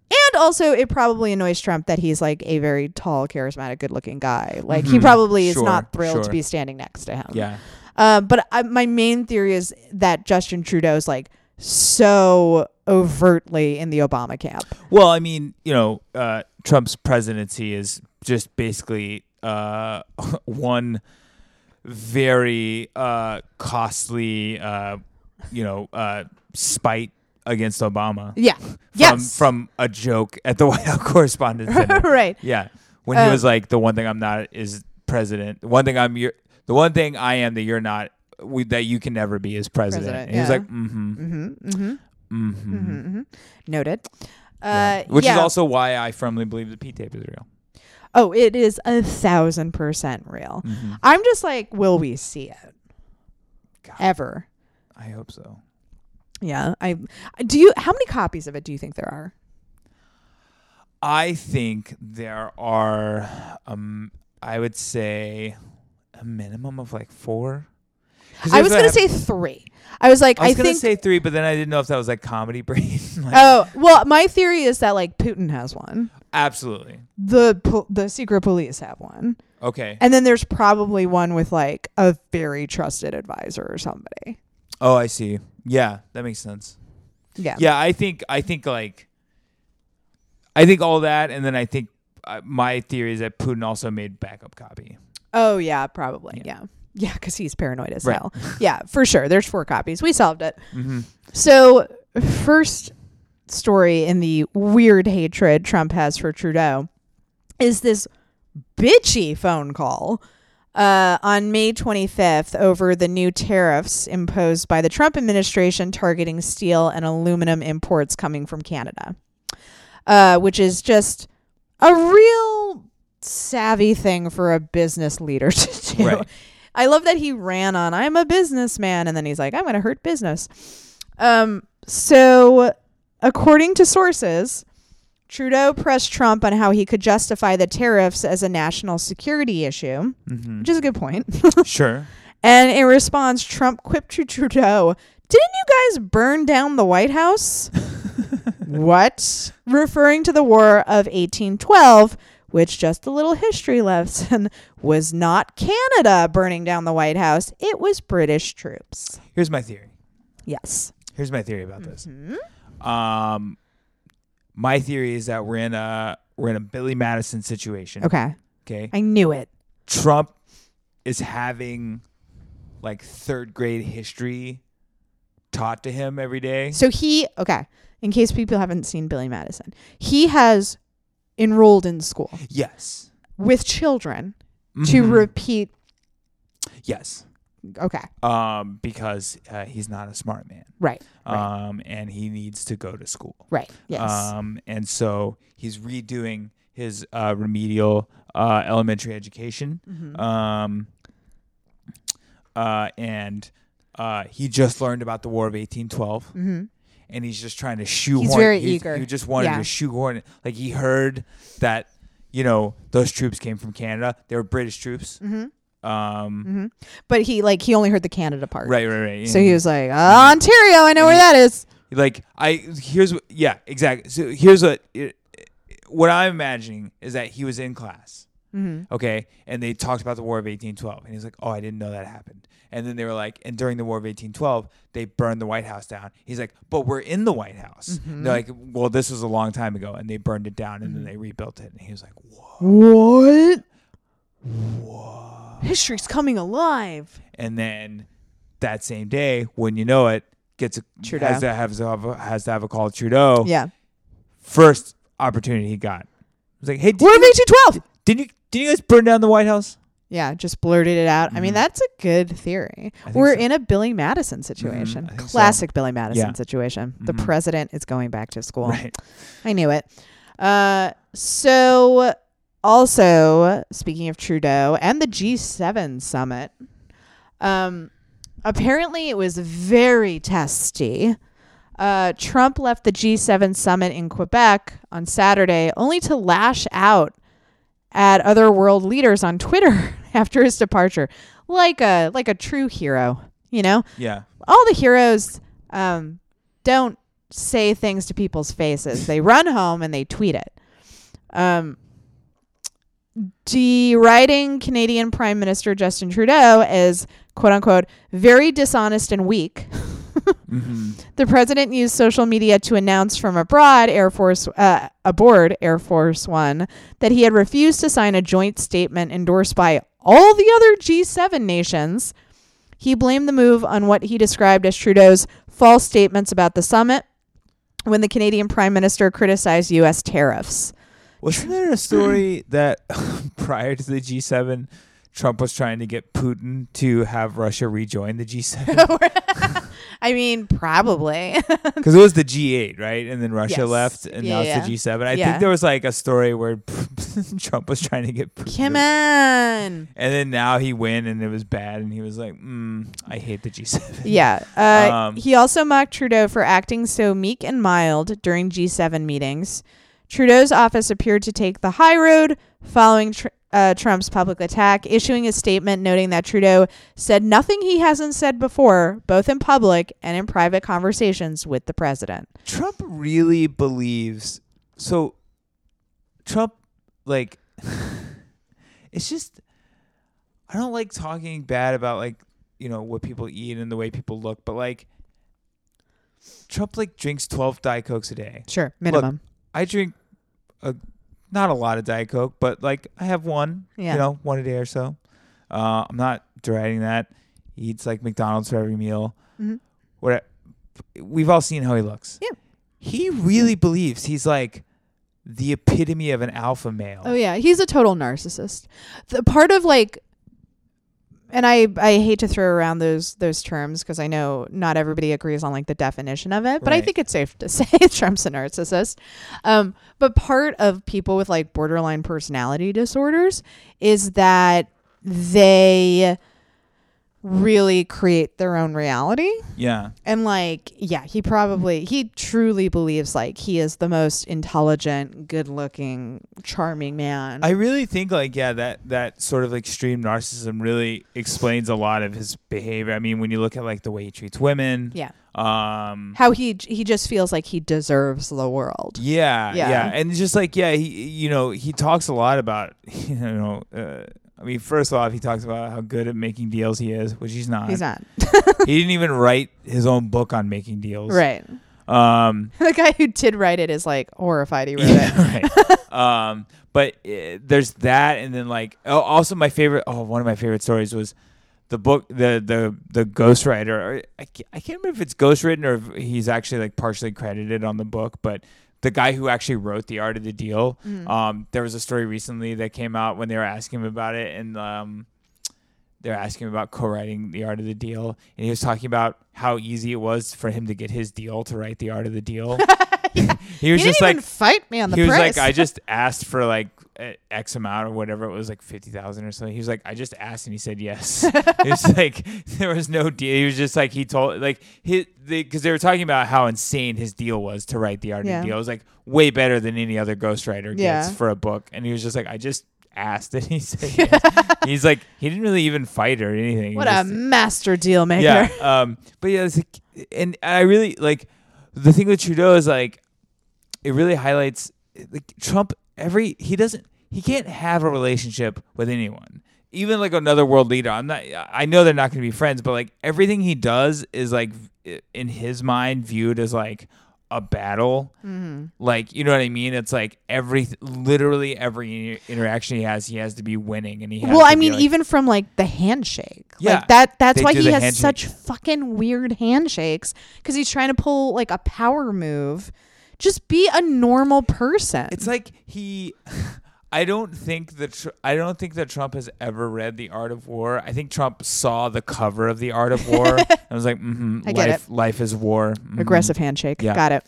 Speaker 1: And also, it probably annoys Trump that he's like a very tall, charismatic, good looking guy. Like, he probably is
Speaker 2: Mm-hmm. Sure,
Speaker 1: not thrilled to
Speaker 2: sure.
Speaker 1: be standing next to him.
Speaker 2: Yeah.
Speaker 1: Uh, but I, my main theory is that Justin Trudeau is like so overtly in the Obama camp.
Speaker 2: Well, I mean, you know, uh, Trump's presidency is just basically uh, one very uh, costly, uh, you know, uh, spite against Obama.
Speaker 1: Yeah.
Speaker 2: From,
Speaker 1: yes.
Speaker 2: From a joke at the White House Correspondents' Dinner.
Speaker 1: right.
Speaker 2: Yeah. When
Speaker 1: Uh,
Speaker 2: he was like, the one thing I'm not is president. The one thing I'm your, the one thing I am that you're not, we, that you can never be is president.
Speaker 1: President,
Speaker 2: and he was
Speaker 1: yeah.
Speaker 2: like, mm-hmm,
Speaker 1: Mm-hmm, mm-hmm,
Speaker 2: mm-hmm.
Speaker 1: mm-hmm. Noted.
Speaker 2: Yeah.
Speaker 1: Uh,
Speaker 2: Which
Speaker 1: yeah.
Speaker 2: is also why I firmly believe the P tape is real.
Speaker 1: oh, it is a thousand percent real.
Speaker 2: Mm-hmm.
Speaker 1: I'm just like, will we see it
Speaker 2: God.
Speaker 1: ever?
Speaker 2: I hope so.
Speaker 1: Yeah, I do. You how many copies of it do you think there are?
Speaker 2: I think there are, um, I would say, a minimum of like four. 'Cause
Speaker 1: I
Speaker 2: here's
Speaker 1: was
Speaker 2: what
Speaker 1: gonna
Speaker 2: happened-
Speaker 1: say three. I was like,
Speaker 2: I
Speaker 1: I,
Speaker 2: was gonna
Speaker 1: think.
Speaker 2: say three, but then I didn't know if that was like comedy brain. like,
Speaker 1: oh well, my theory is that like Putin has one.
Speaker 2: absolutely.
Speaker 1: The po- the secret police have one.
Speaker 2: Okay.
Speaker 1: And then there's probably one with like a very trusted advisor or somebody.
Speaker 2: Oh, I see. Yeah, that makes sense.
Speaker 1: Yeah.
Speaker 2: Yeah, I think I think like I think all that, and then I think uh, my theory is that Putin also made backup copy.
Speaker 1: Oh yeah, probably. Yeah.
Speaker 2: Yeah.
Speaker 1: Yeah, because he's paranoid as
Speaker 2: Right.
Speaker 1: hell. yeah, for sure. There's four copies. We solved it.
Speaker 2: Mhm.
Speaker 1: So, first story in the weird hatred Trump has for Trudeau is this bitchy phone call uh, on May 25th over the new tariffs imposed by the Trump administration targeting steel and aluminum imports coming from Canada, uh, which is just a real savvy thing for a business leader to do.
Speaker 2: Right.
Speaker 1: I love that he ran on, I'm a businessman. And then he's like, I'm going to hurt business. Um, so, according to sources, Trudeau pressed Trump on how he could justify the tariffs as a national security issue,
Speaker 2: Mhm.
Speaker 1: which is a good point.
Speaker 2: Sure.
Speaker 1: and in response, Trump quipped to Trudeau, Didn't you guys burn down the White House? what? Referring to the War of 1812, which just a little history lesson was not Canada burning down the White House, it was British troops.
Speaker 2: Here's my theory.
Speaker 1: Yes.
Speaker 2: Here's my theory about this. Um, my theory is that we're in a we're in a Billy Madison situation.
Speaker 1: Okay.
Speaker 2: Okay.
Speaker 1: I knew it.
Speaker 2: Trump is having like third grade history taught to him every day.
Speaker 1: So he, okay, in case people haven't seen Billy Madison, he has enrolled in school
Speaker 2: Yes.
Speaker 1: with children to
Speaker 2: Mhm.
Speaker 1: repeat.
Speaker 2: yes.
Speaker 1: Okay,
Speaker 2: Um, because uh, he's not a smart man.
Speaker 1: right,
Speaker 2: Um, and he needs to go to school.
Speaker 1: right, yes.
Speaker 2: Um, and so he's redoing his uh, remedial uh, elementary education.
Speaker 1: Mm-hmm.
Speaker 2: Um, uh, and uh, he just learned about the War of 1812. And he's just trying to shoehorn.
Speaker 1: Mm-hmm. very eager.
Speaker 2: He just wanted
Speaker 1: Yeah.
Speaker 2: to shoehorn it. Like he heard that, you know, those troops came from Canada. They were British troops.
Speaker 1: Mm-hmm.
Speaker 2: Um,
Speaker 1: but he like he only heard the Canada part,
Speaker 2: Right, right, right.
Speaker 1: Mm-hmm. So
Speaker 2: And-
Speaker 1: he was like, "Ah, Ontario, I know where that is.
Speaker 2: like I here's what yeah exactly so here's what it, what I'm imagining is that he was in class
Speaker 1: Mm-hmm.
Speaker 2: okay and they talked about the War of 1812 and he's like oh I didn't know that happened and then they were like and during the War of 1812 they burned the White House down he's like but we're in the White House
Speaker 1: Mm-hmm.
Speaker 2: And they're like well this was a long time ago and they burned it down and then they rebuilt it and he was like whoa
Speaker 1: What? History's coming alive.
Speaker 2: and then that same day when you know it gets a,
Speaker 1: Trudeau.
Speaker 2: has to have, has to have a, has to have a call to Trudeau
Speaker 1: Yeah,
Speaker 2: first opportunity he got. He was like, hey, did
Speaker 1: War of
Speaker 2: you,
Speaker 1: 1812.
Speaker 2: did you did you guys burn down the White House?
Speaker 1: Yeah, just blurted it out. I mean,
Speaker 2: Mhm.
Speaker 1: that's a good theory.
Speaker 2: I think
Speaker 1: We're
Speaker 2: so. Mm,
Speaker 1: in a Billy Madison situation.
Speaker 2: I think so.
Speaker 1: Classic Billy Madison
Speaker 2: Yeah.
Speaker 1: situation. The
Speaker 2: Mhm.
Speaker 1: president is going back to school.
Speaker 2: Right.
Speaker 1: I knew it. Uh, so, also, speaking of Trudeau and the G7 summit, um, apparently it was very testy. Uh, Trump left the G7 summit in Quebec on Saturday only to lash out at other world leaders on Twitter after his departure, like a like a true hero, you know
Speaker 2: Yeah.
Speaker 1: all the heroes um, don't say things to people's faces. They run home and they tweet it. Um, deriding Canadian Prime Minister Justin Trudeau as quote unquote very dishonest and weak.
Speaker 2: hmm
Speaker 1: The president used social media to announce from abroad, Air Force uh, aboard Air Force One, that he had refused to sign a joint statement endorsed by all the other G7 nations. He blamed the move on what he described as Trudeau's false statements about the summit when the Canadian prime minister criticized U.S. tariffs.
Speaker 2: Wasn't there a story that prior to the G7, Trump was trying to get Putin to have Russia rejoin the G7
Speaker 1: I mean, probably.
Speaker 2: because it was the G8, right? And then Russia
Speaker 1: Yes.
Speaker 2: left, and now
Speaker 1: Yeah,
Speaker 2: it's the G7. I
Speaker 1: Yeah.
Speaker 2: think there was like a story where Trump was trying to get Putin.
Speaker 1: Come
Speaker 2: to-
Speaker 1: on.
Speaker 2: And then now he win, and it was bad, and he was like, mm, "I hate the G7."
Speaker 1: Yeah. Uh,
Speaker 2: Um,
Speaker 1: he also mocked Trudeau for acting so meek and mild during G7 meetings. Trudeau's office appeared to take the high road following tr- uh, Trump's public attack, issuing a statement noting that Trudeau said nothing he hasn't said before, both in public and in private conversations with the president.
Speaker 2: Trump really believes so Trump like it's just I don't like talking bad about like you know what people eat and the way people look, but like Trump like drinks twelve diet cokes a day.
Speaker 1: Sure, minimum.
Speaker 2: I drink a not a lot of diet coke, but like I have one,
Speaker 1: Yeah.
Speaker 2: you know, one a day or so. Uh, I'm not deriding that. He eats like McDonald's for every meal.
Speaker 1: Mhm.
Speaker 2: What we've all seen how he looks.
Speaker 1: Yeah.
Speaker 2: he really believes he's like the epitome of an alpha male.
Speaker 1: Oh yeah, he's a total narcissist. The part of like and I I hate to throw around those those terms because I know not everybody agrees on like the definition of it, but I
Speaker 2: Right.
Speaker 1: think it's safe to say Trump's a narcissist. Um but part of people with like borderline personality disorders is that they really create their own reality.
Speaker 2: yeah,
Speaker 1: And like, yeah, he probably he truly believes like he is the most intelligent, good-looking, charming man.
Speaker 2: I really think like yeah that that sort of extreme narcissism really explains a lot of his behavior. I mean, when you look at like the way he treats women,
Speaker 1: yeah.
Speaker 2: um,
Speaker 1: How he he just feels like he deserves the world.
Speaker 2: yeah,
Speaker 1: Yeah.
Speaker 2: yeah, and just like yeah, he you know he talks a lot about you know. Uh, I mean, first off, he talks about how good at making deals he is, which he's not.
Speaker 1: He's not.
Speaker 2: He didn't even write his own book on making deals.
Speaker 1: right.
Speaker 2: Um,
Speaker 1: The guy who did write it is like horrified he wrote it.
Speaker 2: Yeah, right. um, but uh, there's that, and then like oh, also my favorite. Oh, one of my favorite stories was the book, the the the ghostwriter. or- I can't, I can't remember if it's ghostwritten or if he's actually like partially credited on the book, but. The guy who actually wrote the art of the deal,
Speaker 1: Mm.
Speaker 2: um, there was a story recently that came out when they were asking him about it, and um, they're asking him about co-writing the art of the deal, and he was talking about how easy it was for him to get his deal to write the art of the deal. He
Speaker 1: He didn't
Speaker 2: was just
Speaker 1: even
Speaker 2: like,
Speaker 1: fight me on the
Speaker 2: he was
Speaker 1: price.
Speaker 2: like, I just asked for like a- X amount or whatever it was, like fifty thousand or something. He was like, I just asked, and he said yes. it was like there was no deal. He was just like he told like his because they were talking about how insane his deal was to write the art
Speaker 1: Yeah.
Speaker 2: of deal. It was like way better than any other ghostwriter
Speaker 1: Yeah.
Speaker 2: gets for a book, and he was just like, I just asked, and he said yes. He's like, he didn't really even fight or anything. He
Speaker 1: what a
Speaker 2: just-
Speaker 1: master deal maker.
Speaker 2: yeah. Um, but yeah, it's like, and I really like the thing with Trudeau is like, it really highlights like Trump. Every he doesn't, he can't have a relationship with anyone, even like another world leader. I'm not. I know they're not going to be friends, but like everything he does is like in his mind viewed as like a battle.
Speaker 1: Mm-hmm.
Speaker 2: Like you know what I mean? It's like every literally every interaction he has, he has to be winning, and he. Has
Speaker 1: Well,
Speaker 2: to
Speaker 1: I
Speaker 2: be,
Speaker 1: mean,
Speaker 2: like-
Speaker 1: even from like the handshake,
Speaker 2: Yeah.
Speaker 1: like that. That's
Speaker 2: They
Speaker 1: why
Speaker 2: do
Speaker 1: he
Speaker 2: the
Speaker 1: has
Speaker 2: handshake.
Speaker 1: such fucking weird handshakes because he's trying to pull like a power move. Just be a normal person.
Speaker 2: It's like he. I don't think that tr- I don't think that Trump has ever read The Art of War. I think Trump saw the cover of The Art of War and was like, mm-hmm,
Speaker 1: I
Speaker 2: "Life,
Speaker 1: get
Speaker 2: life is war." Mhm.
Speaker 1: aggressive handshake.
Speaker 2: Yeah.
Speaker 1: Got it.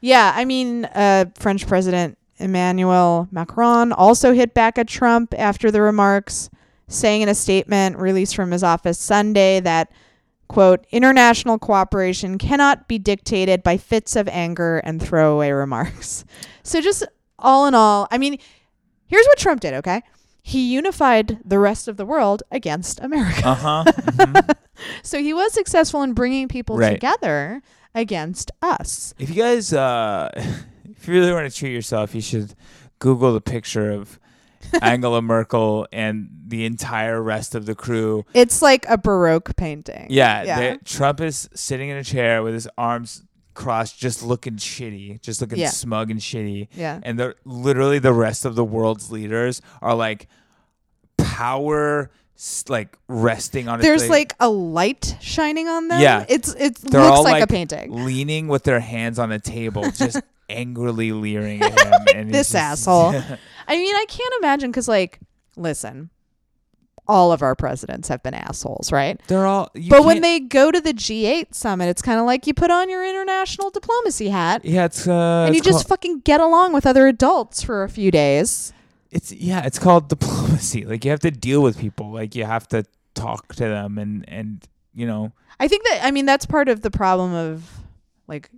Speaker 1: Yeah, I mean, uh, French President Emmanuel Macron also hit back at Trump after the remarks, saying in a statement released from his office Sunday that, quote, international cooperation cannot be dictated by fits of anger and throwaway remarks. So, just all in all, I mean, here's what Trump did, okay? He unified the rest of the world against America.
Speaker 2: Uh huh. Mhm.
Speaker 1: So he was successful in bringing people
Speaker 2: Right.
Speaker 1: together against us.
Speaker 2: If you guys, uh, if you really want to treat yourself, you should Google the picture of Angela Merkel and the entire rest of the crew.
Speaker 1: It's like a Baroque painting.
Speaker 2: Yeah,
Speaker 1: Yeah.
Speaker 2: they- Trump is sitting in a chair with his arms crossed, just looking shitty, just looking
Speaker 1: Yeah.
Speaker 2: smug and shitty.
Speaker 1: Yeah.
Speaker 2: and the literally the rest of the world's leaders are like power s- like resting on
Speaker 1: There's
Speaker 2: its
Speaker 1: like a light shining on them.
Speaker 2: Yeah.
Speaker 1: It's it
Speaker 2: They're
Speaker 1: looks
Speaker 2: all,
Speaker 1: like, a
Speaker 2: like,
Speaker 1: painting.
Speaker 2: leaning with their hands on the table just angrily leering at him and
Speaker 1: This
Speaker 2: it's just-
Speaker 1: asshole. I mean, I can't imagine cuz like listen, all of our presidents have been assholes, right?
Speaker 2: they're all you
Speaker 1: but when
Speaker 2: can't-
Speaker 1: they go to the G8 summit, it's kind of like you put on your international diplomacy hat
Speaker 2: yeah it's uh
Speaker 1: and you
Speaker 2: it's
Speaker 1: just
Speaker 2: called,
Speaker 1: fucking get along with other adults for a few days.
Speaker 2: it's yeah it's called diplomacy like you have to deal with people like you have to talk to them and and you know
Speaker 1: I think that I mean that's part of the problem of like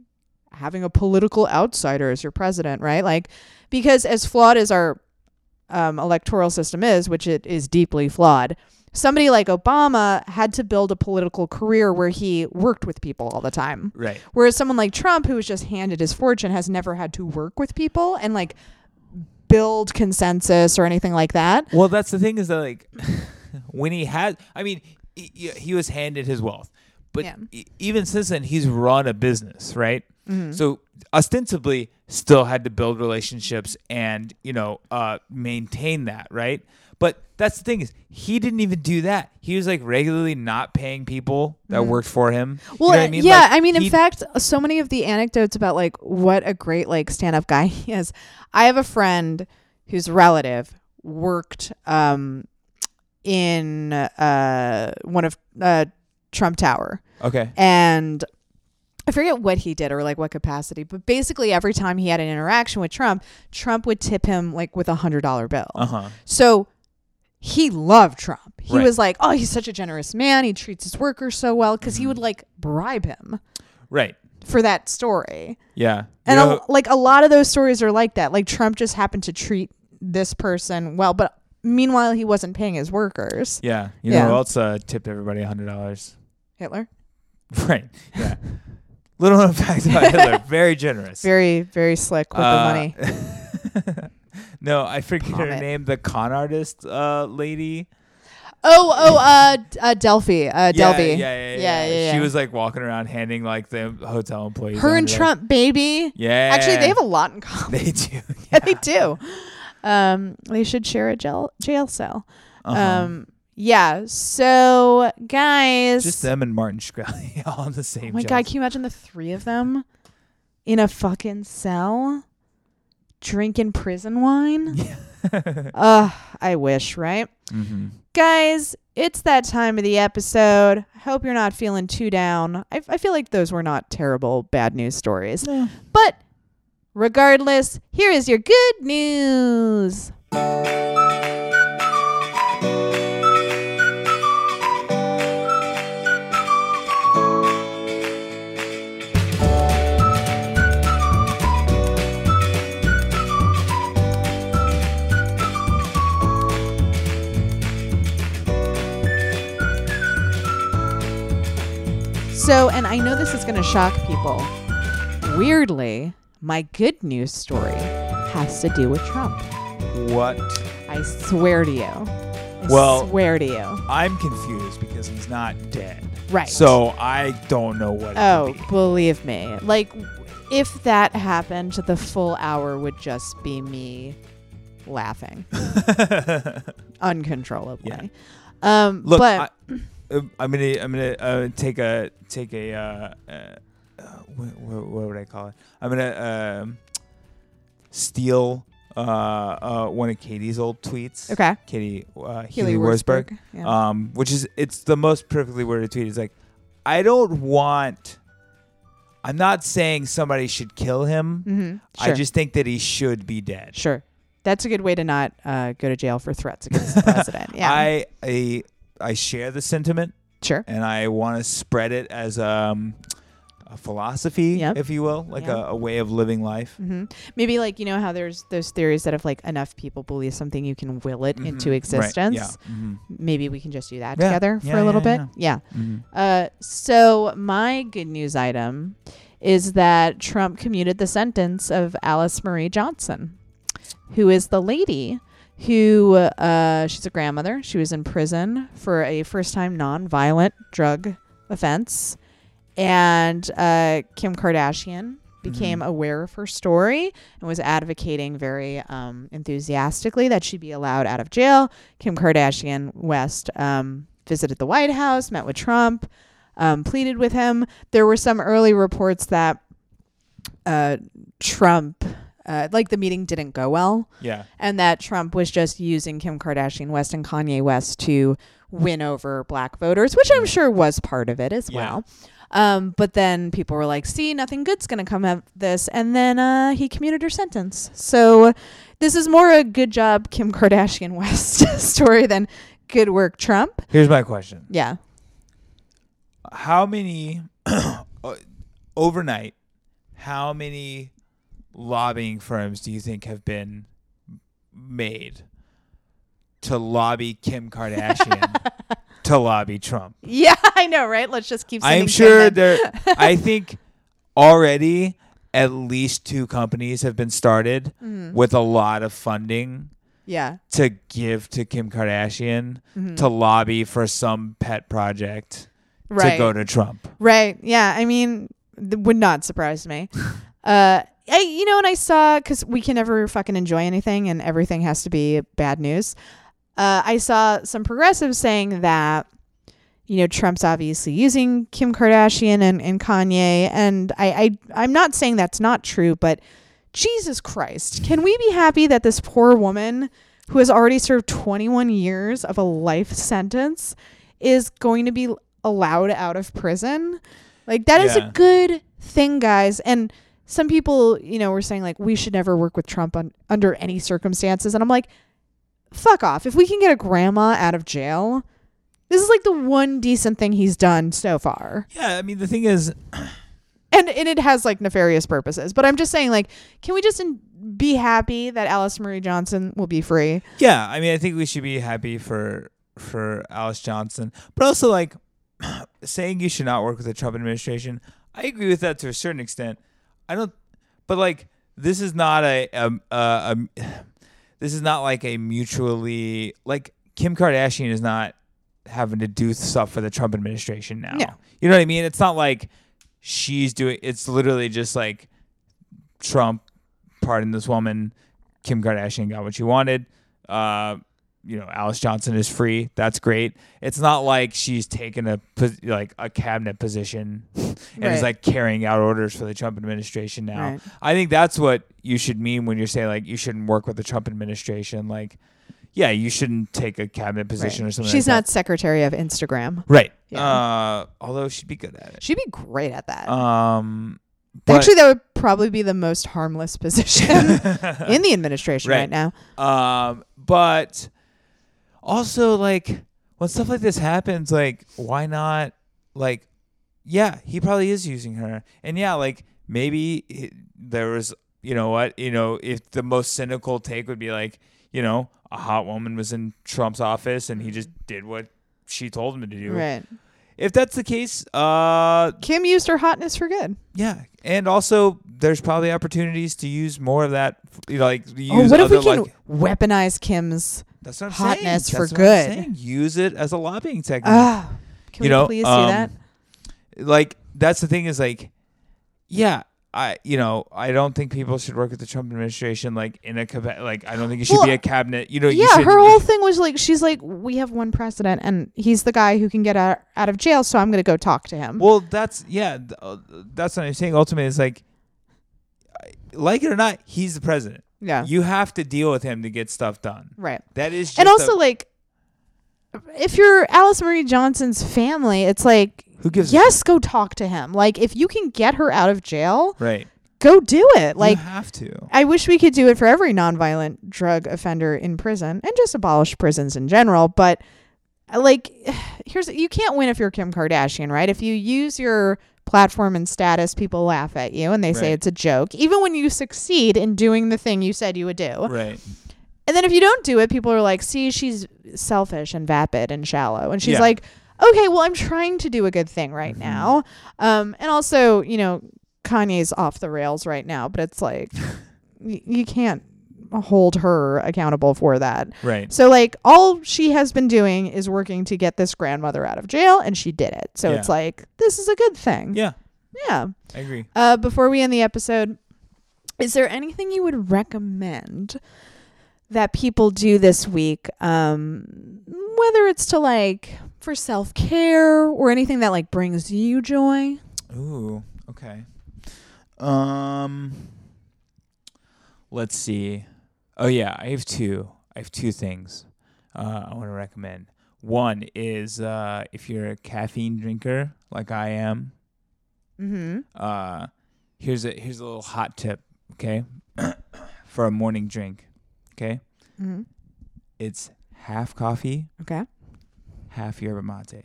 Speaker 1: having a political outsider as your president, right? Like because as flawed as our um, electoral system is, which it is deeply flawed, somebody like Obama had to build a political career where he worked with people all the time.
Speaker 2: right
Speaker 1: Whereas someone like Trump, who was just handed his fortune, has never had to work with people and like build consensus or anything like that.
Speaker 2: Well, that's the thing is that like when he had, I mean, he, he was handed his wealth, but
Speaker 1: Yeah.
Speaker 2: e- even since then, he's run a business, right?
Speaker 1: Mm-hmm.
Speaker 2: So ostensibly, still had to build relationships and you know uh, maintain that, right? But that's the thing is he didn't even do that. He was like regularly not paying people that worked for him. You know
Speaker 1: Mm-hmm. Well, uh,
Speaker 2: what I mean?
Speaker 1: yeah,
Speaker 2: Like,
Speaker 1: I mean, in
Speaker 2: he-
Speaker 1: fact, so many of the anecdotes about like what a great like stand-up guy he is. I have a friend whose relative worked um in uh one of uh Trump Tower,
Speaker 2: Okay.
Speaker 1: and I forget what he did or like what capacity, but basically every time he had an interaction with Trump, Trump would tip him like with a hundred dollar bill.
Speaker 2: Uh huh.
Speaker 1: So he loved Trump. He
Speaker 2: Right.
Speaker 1: was like, "Oh, he's such a generous man. He treats his workers so well." Because he would
Speaker 2: Mm.
Speaker 1: like bribe him
Speaker 2: Right.
Speaker 1: for that story.
Speaker 2: Yeah.
Speaker 1: And
Speaker 2: You
Speaker 1: a-
Speaker 2: know-
Speaker 1: like a lot of those stories are like that. Like Trump just happened to treat this person well, but meanwhile he wasn't paying his workers.
Speaker 2: yeah. You
Speaker 1: Yeah.
Speaker 2: know who else uh, tipped everybody hundred dollars?
Speaker 1: Hitler,
Speaker 2: Right. Yeah. Little known fact about Hitler. Very generous.
Speaker 1: very very slick with
Speaker 2: Uh,
Speaker 1: the money.
Speaker 2: money. no, I forget her
Speaker 1: Vomit.
Speaker 2: name. The con artist uh, lady.
Speaker 1: Oh oh uh, d- uh Delphi uh
Speaker 2: Yeah,
Speaker 1: Delby.
Speaker 2: Yeah yeah yeah, She was like walking around handing like the hotel employees.
Speaker 1: her and
Speaker 2: $100.
Speaker 1: Trump, baby.
Speaker 2: Yeah.
Speaker 1: Actually, they have a lot in common.
Speaker 2: They do.
Speaker 1: Yeah, they do. Um, they should share a jail jail cell.
Speaker 2: Uh-huh.
Speaker 1: Um, yeah. So guys,
Speaker 2: Just them and Martin Shkreli all in the
Speaker 1: oh
Speaker 2: same.
Speaker 1: my
Speaker 2: job.
Speaker 1: god, can you imagine the three of them in a fucking cell drinking prison wine? Ugh, I wish, right? Mm-hmm.
Speaker 2: Mhm.
Speaker 1: Guys, it's that time of the episode. I hope you're not feeling too down. I, I feel like those were not terrible bad news stories.
Speaker 2: No.
Speaker 1: But regardless, here is your good news. So, and I know this is going to shock people. Weirdly, my good news story has to do with Trump.
Speaker 2: What?
Speaker 1: I swear to you. I
Speaker 2: Well-
Speaker 1: swear to you.
Speaker 2: I'm confused because he's not dead.
Speaker 1: Right.
Speaker 2: So I don't know what. it
Speaker 1: Oh,
Speaker 2: could be.
Speaker 1: believe me. Like, if that happened, the full hour would just be me laughing Oh. uncontrollably. Um,
Speaker 2: Look,
Speaker 1: but
Speaker 2: I, um, I'm gonna I'm gonna uh, take a take a uh, uh, uh, what, what, what would I call it? I'm gonna um, steal uh, uh, one of Katie's old tweets.
Speaker 1: okay.
Speaker 2: Katie uh,
Speaker 1: Keely
Speaker 2: Healy Wurzburg,
Speaker 1: Yeah.
Speaker 2: um, which is it's the most perfectly worded tweet. It's like, I don't want. I'm not saying somebody should kill him.
Speaker 1: hmm
Speaker 2: I just think that he should be dead.
Speaker 1: sure. That's a good way to not uh, go to jail for threats against the president. Yeah.
Speaker 2: I, I I share the sentiment
Speaker 1: sure.
Speaker 2: and I want to spread it as um, a philosophy,
Speaker 1: Yep.
Speaker 2: if you will, like
Speaker 1: Yeah.
Speaker 2: a, a way of living life.
Speaker 1: hmm Maybe like you know how there's those theories that if like enough people believe something, you can will it into
Speaker 2: Mhm. Right.
Speaker 1: existence.
Speaker 2: Yeah. Mhm.
Speaker 1: Maybe we can just do that
Speaker 2: Yeah.
Speaker 1: together for
Speaker 2: Yeah,
Speaker 1: a little
Speaker 2: yeah,
Speaker 1: bit. Yeah.
Speaker 2: Mhm.
Speaker 1: Uh, so my good news item is that Trump commuted the sentence of Alice Marie Johnson, who is the lady who uh, she's a grandmother. She was in prison for a first-time non-violent drug offense, and uh, Kim Kardashian became aware of her story and was advocating very um, enthusiastically that she be allowed out of jail. Kim Kardashian West um, visited the White House, met with Trump, um, pleaded with him. There were some early reports that uh, Trump, uh, like the meeting didn't go well,
Speaker 2: Yeah.
Speaker 1: and that Trump was just using Kim Kardashian West and Kanye West to win over black voters, which I'm sure was part of it as
Speaker 2: Yeah.
Speaker 1: well. Um, but then people were like, see, nothing good's going to come of this. And then uh, he commuted her sentence. So this is more a good job, Kim Kardashian West story than good work, Trump.
Speaker 2: Here's my question:
Speaker 1: Yeah.
Speaker 2: How many uh, overnight? How many lobbying firms do you think have been made to lobby Kim Kardashian to lobby Trump?
Speaker 1: Yeah, I know, right? Let's just keep sending
Speaker 2: I'm sure
Speaker 1: Kim then.
Speaker 2: there. I think already at least two companies have been started with a lot of funding
Speaker 1: Yeah.
Speaker 2: to give to Kim Kardashian to lobby for some pet project
Speaker 1: Right.
Speaker 2: to go to Trump.
Speaker 1: Right. Yeah. I mean, th- would not surprise me. uh, I, you know, and I saw because we can never fucking enjoy anything, and everything has to be bad news. Uh, I saw some progressives saying that, you know, Trump's obviously using Kim Kardashian and, and Kanye, and I, I I'm not saying that's not true, but Jesus Christ, can we be happy that this poor woman who has already served 21 years of a life sentence is going to be allowed out of prison? Like, that is
Speaker 2: Yeah.
Speaker 1: a good thing, guys. And some people, you know, were saying, like, we should never work with Trump on, under any circumstances. And I'm like, fuck off. If we can get a grandma out of jail, this is like the one decent thing he's done so far
Speaker 2: Yeah, I mean the thing is,
Speaker 1: and and it has like nefarious purposes. But I'm just saying, like, can we just in- be happy that Alice Marie Johnson will be free?
Speaker 2: yeah, I mean I think we should be happy for for Alice Johnson, but also like saying you should not work with the Trump administration. I agree with that to a certain extent. I don't, but like this is not a um uh um, this is not like a mutually like Kim Kardashian is not having to do stuff for the Trump administration now.
Speaker 1: No.
Speaker 2: You know what I mean? It's not like she's doing. It's literally just like Trump pardoned this woman. Kim Kardashian got what she wanted. Uh, you know, Alice Johnson is free. That's great. It's not like she's taken a pos- like a cabinet position and
Speaker 1: Right.
Speaker 2: is like carrying out orders for the Trump administration now.
Speaker 1: Right.
Speaker 2: I think that's what you should mean when you're saying like you shouldn't work with the Trump administration. Like, yeah, you shouldn't take a cabinet position or something.
Speaker 1: She's
Speaker 2: like
Speaker 1: not secretary of Instagram.
Speaker 2: that. right.
Speaker 1: Yeah.
Speaker 2: Uh, although she'd be good at
Speaker 1: She'd be great at that.
Speaker 2: it. Um, but-
Speaker 1: Actually, that would probably be the most harmless position in the administration right,
Speaker 2: Right.
Speaker 1: now.
Speaker 2: Um, but also like when stuff like this happens, like why not? Like, yeah, he probably is using her, and yeah, like maybe he- there was, you know what, you know, if the most cynical take would be like, you know, a hot woman was in Trump's office and he just did what she told him to do.
Speaker 1: Right.
Speaker 2: If that's the case, uh,
Speaker 1: Kim used her hotness for good.
Speaker 2: yeah, and also there's probably opportunities to use more of that, you know, like use
Speaker 1: Oh, what if
Speaker 2: other
Speaker 1: we can
Speaker 2: like
Speaker 1: weaponize Kim's?
Speaker 2: that's what I'm
Speaker 1: Hotness
Speaker 2: saying.
Speaker 1: for
Speaker 2: That's what I'm
Speaker 1: good.
Speaker 2: saying. Use it as a lobbying technique.
Speaker 1: Ah, can we
Speaker 2: you know,
Speaker 1: please
Speaker 2: um,
Speaker 1: do that?
Speaker 2: like that's the thing is like, yeah, I you know I don't think people should work with the Trump administration like in a cab- like I don't think it should
Speaker 1: Well,
Speaker 2: be a cabinet. You know, you
Speaker 1: yeah,
Speaker 2: should,
Speaker 1: her whole thing was like, she's like, we have one president, and he's the guy who can get out, out of jail, so I'm going to go talk to him.
Speaker 2: Well, that's yeah, th- uh, that's what I'm saying. Ultimately, is like, I- like it or not, he's the president.
Speaker 1: yeah.
Speaker 2: You have to deal with him to get stuff done.
Speaker 1: right.
Speaker 2: That is just
Speaker 1: and also
Speaker 2: a-
Speaker 1: like if you're alice marie johnson's family it's like
Speaker 2: who gives a
Speaker 1: yes go talk to him like if you can get her out of jail
Speaker 2: shit? right.
Speaker 1: go do it like
Speaker 2: you have to.
Speaker 1: i wish we could do it for every nonviolent drug offender in prison and just abolish prisons in general but uh, like here's you can't win if you're kim kardashian right if you use your platform and status people laugh at you and they say
Speaker 2: Right.
Speaker 1: it's a joke even when you succeed in doing the thing you said you would do
Speaker 2: Right.
Speaker 1: and then if you don't do it, people are like, see, she's selfish and vapid and shallow. And she's
Speaker 2: Yeah. Mm-hmm.
Speaker 1: like, okay, well, I'm trying to do a good thing right now. Um, and also, you know, Kanye's off the rails right now, but it's like, y- you can't hold her accountable for that.
Speaker 2: Right.
Speaker 1: So, like, all she has been doing is working to get this grandmother out of jail, and she did it. So
Speaker 2: Yeah.
Speaker 1: it's like, this is a good thing.
Speaker 2: Yeah,
Speaker 1: yeah.
Speaker 2: I agree.
Speaker 1: Uh, before we end the episode, is there anything you would recommend that people do this week? Um, whether it's to like for self care or anything that like brings you joy.
Speaker 2: Ooh, okay. Um let's see. Oh yeah, I have two. I have two things uh, I want to recommend. One is uh, if you're a caffeine drinker like I am,
Speaker 1: Mm-hmm.
Speaker 2: uh, here's a here's a little hot tip, okay? For a morning drink, okay?
Speaker 1: mm-hmm.
Speaker 2: It's half coffee,
Speaker 1: Okay.
Speaker 2: half yerba mate.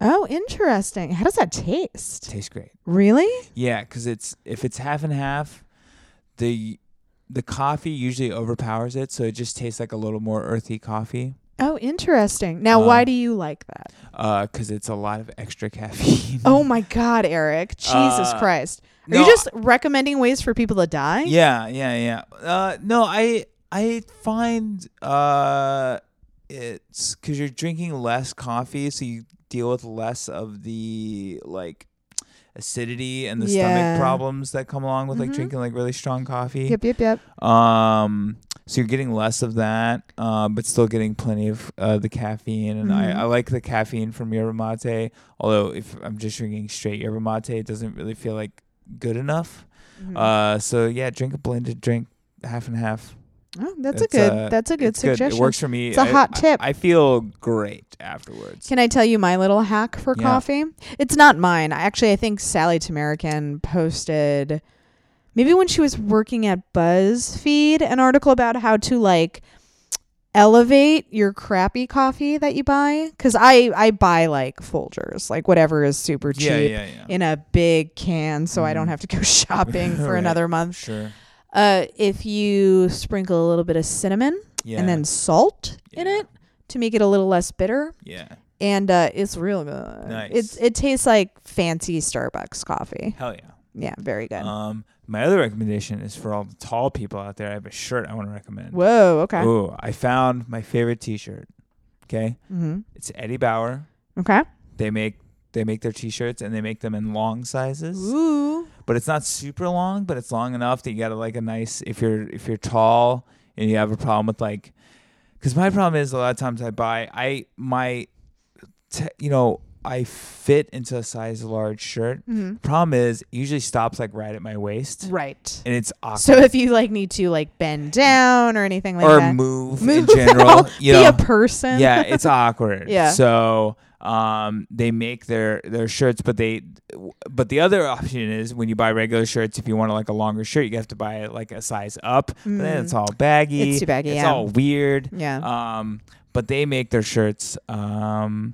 Speaker 1: Oh, interesting. How does that taste?
Speaker 2: Tastes great.
Speaker 1: Really?
Speaker 2: Yeah, because it's if it's half and half, the the coffee usually overpowers it, so it just tastes like a little more earthy coffee.
Speaker 1: Oh, interesting. Now,
Speaker 2: Uh,
Speaker 1: why do you like that?
Speaker 2: Because uh, it's a lot of extra caffeine.
Speaker 1: Oh my God, Eric! Jesus
Speaker 2: uh,
Speaker 1: Christ! Are
Speaker 2: no,
Speaker 1: you just recommending ways for people to die?
Speaker 2: Yeah, yeah, yeah. Uh, no, I I find uh, it's because you're drinking less coffee, so you deal with less of the like acidity and the
Speaker 1: Yeah.
Speaker 2: stomach problems that come along with like
Speaker 1: Mhm.
Speaker 2: drinking like really strong coffee.
Speaker 1: Yep, yep, yep.
Speaker 2: Um, so you're getting less of that, um, but still getting plenty of uh, the caffeine. And
Speaker 1: Mhm.
Speaker 2: I, I like the caffeine from yerba mate. Although if I'm just drinking straight yerba mate, it doesn't really feel like good enough.
Speaker 1: Mhm.
Speaker 2: Uh, so yeah, drink a blended drink, half and half.
Speaker 1: oh, that's a
Speaker 2: it's,
Speaker 1: good.
Speaker 2: uh,
Speaker 1: that's a good
Speaker 2: It's good.
Speaker 1: suggestion.
Speaker 2: It works for me.
Speaker 1: It's a
Speaker 2: I-
Speaker 1: hot
Speaker 2: I-
Speaker 1: tip.
Speaker 2: I, feel great afterwards.
Speaker 1: Can I tell you my little hack for
Speaker 2: Yeah.
Speaker 1: coffee? It's not mine. I actually I think Sally Tamerican posted maybe when she was working at BuzzFeed an article about how to like elevate your crappy coffee that you buy cuz I I buy like Folgers, like whatever is super cheap
Speaker 2: yeah, yeah, yeah.
Speaker 1: in a big can so I don't
Speaker 2: Mhm.
Speaker 1: have to go shopping for
Speaker 2: Right.
Speaker 1: another month.
Speaker 2: sure.
Speaker 1: Uh if you sprinkle a little bit of cinnamon
Speaker 2: Yeah.
Speaker 1: and then salt in
Speaker 2: Yeah.
Speaker 1: it to make it a little less bitter
Speaker 2: yeah.
Speaker 1: and uh, it's real good.
Speaker 2: Nice.
Speaker 1: It's it tastes like fancy Starbucks coffee.
Speaker 2: Hell yeah.
Speaker 1: Yeah, very good.
Speaker 2: Um, my other recommendation is for all the tall people out there. I have a shirt I want to recommend.
Speaker 1: Whoa. Okay.
Speaker 2: Ooh, I found my favorite T-shirt. Okay,
Speaker 1: Mm-hmm.
Speaker 2: it's Eddie Bauer.
Speaker 1: Okay.
Speaker 2: They make they make their T-shirts and they make them in long sizes,
Speaker 1: Ooh.
Speaker 2: but it's not super long, but it's long enough that you got like a nice. If you're if you're tall and you have a problem with like, because my problem is a lot of times I buy I my, t- you know I fit into a size large shirt.
Speaker 1: hmm
Speaker 2: Problem is it usually stops like right at my waist,
Speaker 1: Right.
Speaker 2: and it's awkward.
Speaker 1: So if you like need to like bend down or anything like
Speaker 2: or
Speaker 1: that,
Speaker 2: move,
Speaker 1: Move
Speaker 2: in general,
Speaker 1: out,
Speaker 2: you
Speaker 1: be
Speaker 2: know,
Speaker 1: a person.
Speaker 2: yeah, it's awkward.
Speaker 1: Yeah.
Speaker 2: So um, they make their their shirts, but they but the other option is when you buy regular shirts, if you want like a longer shirt, you have to buy it like a size up. But then
Speaker 1: Mm.
Speaker 2: it's all baggy.
Speaker 1: It's too baggy,
Speaker 2: It's
Speaker 1: yeah.
Speaker 2: all weird.
Speaker 1: yeah.
Speaker 2: Um, but they make their shirts. Um,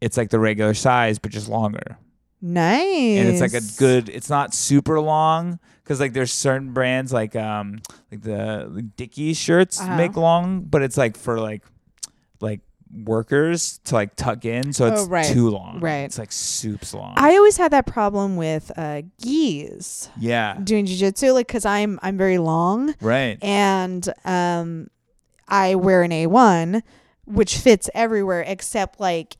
Speaker 2: it's like the regular size, but just longer.
Speaker 1: nice.
Speaker 2: And it's like a good. It's not super long because like there's certain brands like um like the Dickies shirts
Speaker 1: Uh-huh.
Speaker 2: make long, but it's like for like like workers to like tuck in, so it's
Speaker 1: Oh, right.
Speaker 2: too long.
Speaker 1: Right.
Speaker 2: It's like soups long.
Speaker 1: I always had that problem with uh, geese
Speaker 2: yeah.
Speaker 1: doing jujitsu, like because I'm I'm very long,
Speaker 2: Right.
Speaker 1: and um, I wear an A1, which fits everywhere except like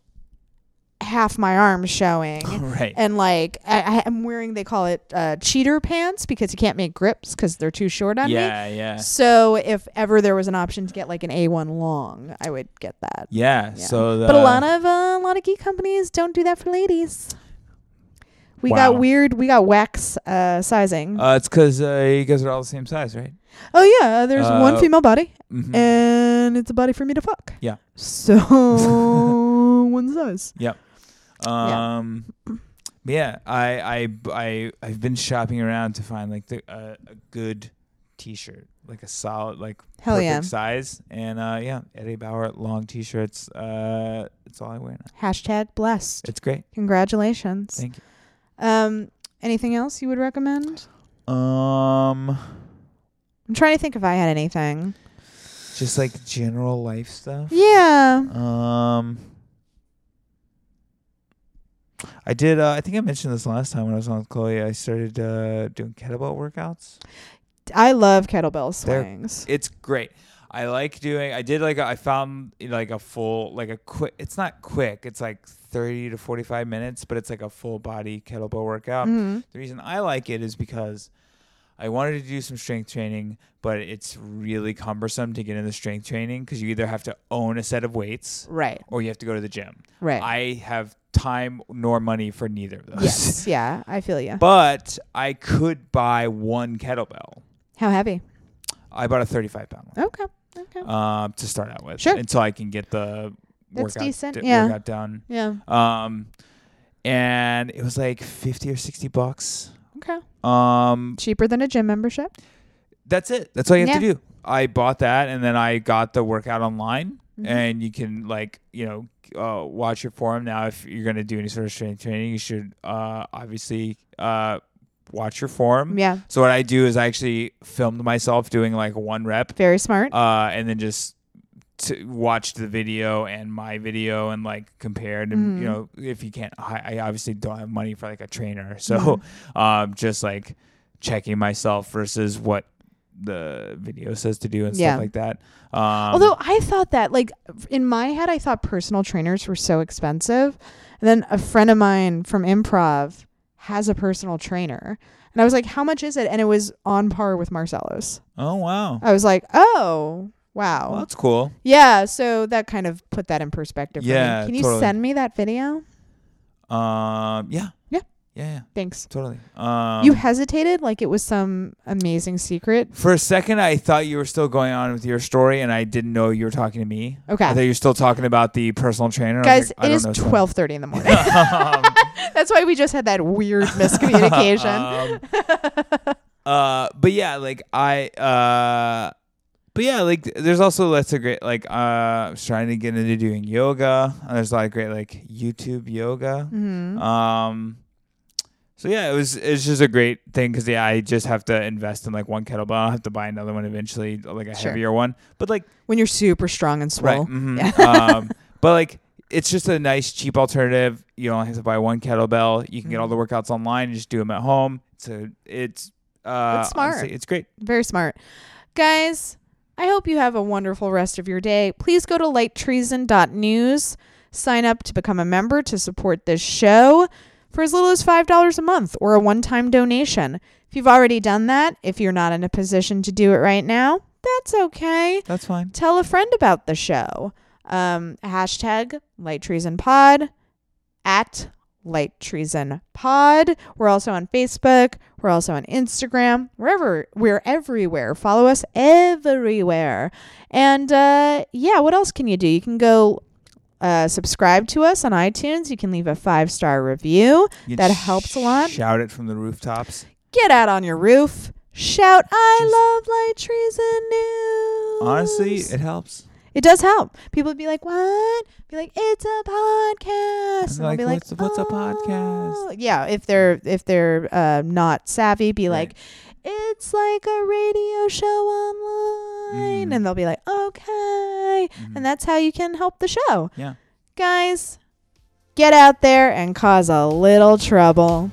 Speaker 1: half my arm showing.
Speaker 2: right.
Speaker 1: And like I, I am wearing, they call it uh, cheater pants because you can't make grips because they're too short on
Speaker 2: yeah. Yeah.
Speaker 1: me. So if ever there was an option to get like an A1 long, I would get that.
Speaker 2: Yeah.
Speaker 1: Yeah.
Speaker 2: So the,
Speaker 1: but a lot of uh, a lot of geek companies don't do that for ladies. We got
Speaker 2: Wow.
Speaker 1: weird. We got wax uh, sizing.
Speaker 2: uh, it's because uh, you guys are all the same size, right?
Speaker 1: oh yeah, there's one
Speaker 2: uh,
Speaker 1: female body
Speaker 2: Mm-hmm.
Speaker 1: and it's a body for me to fuck.
Speaker 2: Yeah.
Speaker 1: So one size.
Speaker 2: Yeah. Um, but yeah, I, I, I, I've been shopping around to find like the, uh, a good t-shirt, like a solid, like
Speaker 1: Hell
Speaker 2: perfect
Speaker 1: yeah.
Speaker 2: size. And, uh, yeah, Eddie Bauer long t-shirts. Uh, it's all I wear now.
Speaker 1: Hashtag blessed.
Speaker 2: It's great.
Speaker 1: Congratulations.
Speaker 2: Thank
Speaker 1: Um, anything else you would recommend?
Speaker 2: you. Um,
Speaker 1: I'm trying to think if I had anything.
Speaker 2: just like general life stuff.
Speaker 1: Yeah.
Speaker 2: Um, I did. Uh, I think I mentioned this last time when I was on with Chloe. I started uh, doing kettlebell workouts.
Speaker 1: I love kettlebell
Speaker 2: They're-
Speaker 1: swings.
Speaker 2: It's great. I like doing. I did like a, I found like a full like a quick. It's not quick. It's like thirty to forty five minutes, but it's like a full body kettlebell workout.
Speaker 1: Mhm.
Speaker 2: The reason I like it is because I wanted to do some strength training, but it's really cumbersome to get into strength training because you either have to own a set of weights
Speaker 1: Right.
Speaker 2: or you have to go to the gym.
Speaker 1: Right.
Speaker 2: I have time nor money for neither of those.
Speaker 1: yes. Yeah. I feel you.
Speaker 2: but I could buy one kettlebell.
Speaker 1: How heavy?
Speaker 2: I bought a thirty five pound one.
Speaker 1: Okay. Okay.
Speaker 2: um, to start out with.
Speaker 1: Sure.
Speaker 2: Until I can get the
Speaker 1: That's
Speaker 2: workout,
Speaker 1: decent,
Speaker 2: d-
Speaker 1: yeah.
Speaker 2: workout done.
Speaker 1: yeah.
Speaker 2: Um, and it was like 50 or 60 bucks.
Speaker 1: Okay.
Speaker 2: Um,
Speaker 1: Cheaper than a gym membership.
Speaker 2: that's it. That's all you have
Speaker 1: Yeah.
Speaker 2: to do. I bought that and then I got the workout online.
Speaker 1: Mhm.
Speaker 2: And you can like you know uh, watch your form now. If you're gonna do any sort of strength training, you should uh, obviously uh, watch your form.
Speaker 1: Yeah.
Speaker 2: So what I do is I actually filmed myself doing like one rep
Speaker 1: Very smart.
Speaker 2: uh, and then just to watch the video and my video and like compared and
Speaker 1: Mhm.
Speaker 2: you know if you can't I, I obviously don't have money for
Speaker 1: Mm.
Speaker 2: like a trainer so um just like checking myself versus what the video says to do and
Speaker 1: Yeah.
Speaker 2: stuff like that. Um,
Speaker 1: Although I thought that, like, in my head, I thought personal trainers were so expensive. And then a friend of mine from improv has a personal trainer. And I was like, how much is it? And it was on par with Marcelo's.
Speaker 2: oh wow,
Speaker 1: I was like, oh, wow.
Speaker 2: well, that's cool.
Speaker 1: Yeah. So that kind of put that in perspective. for me.
Speaker 2: Yeah,
Speaker 1: Can you
Speaker 2: totally.
Speaker 1: send me that video?
Speaker 2: Um, yeah,
Speaker 1: Yeah.
Speaker 2: yeah, yeah,
Speaker 1: Thanks.
Speaker 2: totally. Um,
Speaker 1: you hesitated like it was some amazing secret.
Speaker 2: for a second, I thought you were still going on with your story, and I didn't know you were talking to me.
Speaker 1: Okay.
Speaker 2: I thought you were still talking about the personal trainer. I was
Speaker 1: Guys,
Speaker 2: like, I
Speaker 1: it
Speaker 2: don't
Speaker 1: is
Speaker 2: know someone.
Speaker 1: 12:30 in the morning. That's why we just had that weird miscommunication.
Speaker 2: Um, uh, but yeah, like I, uh, but yeah, like there's also lots of great, like, uh, I was trying to get into doing yoga. And there's a lot of great, like, YouTube yoga.
Speaker 1: Mhm.
Speaker 2: Um, so yeah, it was it's just a great thing because yeah, I just have to invest in like one kettlebell. I'll have to buy another one eventually, like a
Speaker 1: Sure.
Speaker 2: heavier one. But like
Speaker 1: When you're super strong and
Speaker 2: Right.
Speaker 1: swole.
Speaker 2: mhm. um, but like, it's just a nice, cheap alternative. You don't have to buy one kettlebell. You can get all the
Speaker 1: Mm-hmm.
Speaker 2: workouts online and just do them at home. So it's uh,
Speaker 1: That's smart.
Speaker 2: honestly, it's great.
Speaker 1: Very smart. Guys, I hope you have a wonderful rest of your day. Please go to lighttreason.news, sign up to become a member to support this show for as little as $5 a month or a one time donation. If you've already done that, if you're not in a position to do it right now, that's okay.
Speaker 2: That's fine.
Speaker 1: Tell a friend about the show. Um, hashtag Light Treason Pod at Light Treason Pod. We're also on Facebook. We're also on Instagram. Wherever we're everywhere. Follow us everywhere. And uh, yeah, what else can you do? You can go uh, subscribe to us on iTunes. You can leave a five star review.
Speaker 2: You
Speaker 1: That
Speaker 2: sh-
Speaker 1: helps a lot.
Speaker 2: Shout it from the rooftops.
Speaker 1: Get out on your roof. Shout,
Speaker 2: Just-
Speaker 1: I love Light Treason News.
Speaker 2: Honestly, it helps.
Speaker 1: It does help. People would be like, "What?" Be like, "It's a podcast."
Speaker 2: And
Speaker 1: I'll
Speaker 2: like,
Speaker 1: be
Speaker 2: "What's- what's a podcast?"
Speaker 1: "Oh." Yeah, if they're if they're uh, not savvy, be
Speaker 2: Right.
Speaker 1: like, "It's like a radio show online,"
Speaker 2: Mm. Mm-hmm.
Speaker 1: and they'll be like, "Okay," and that's how you can help the show,
Speaker 2: Yeah.
Speaker 1: guys. Get out there and cause a little trouble.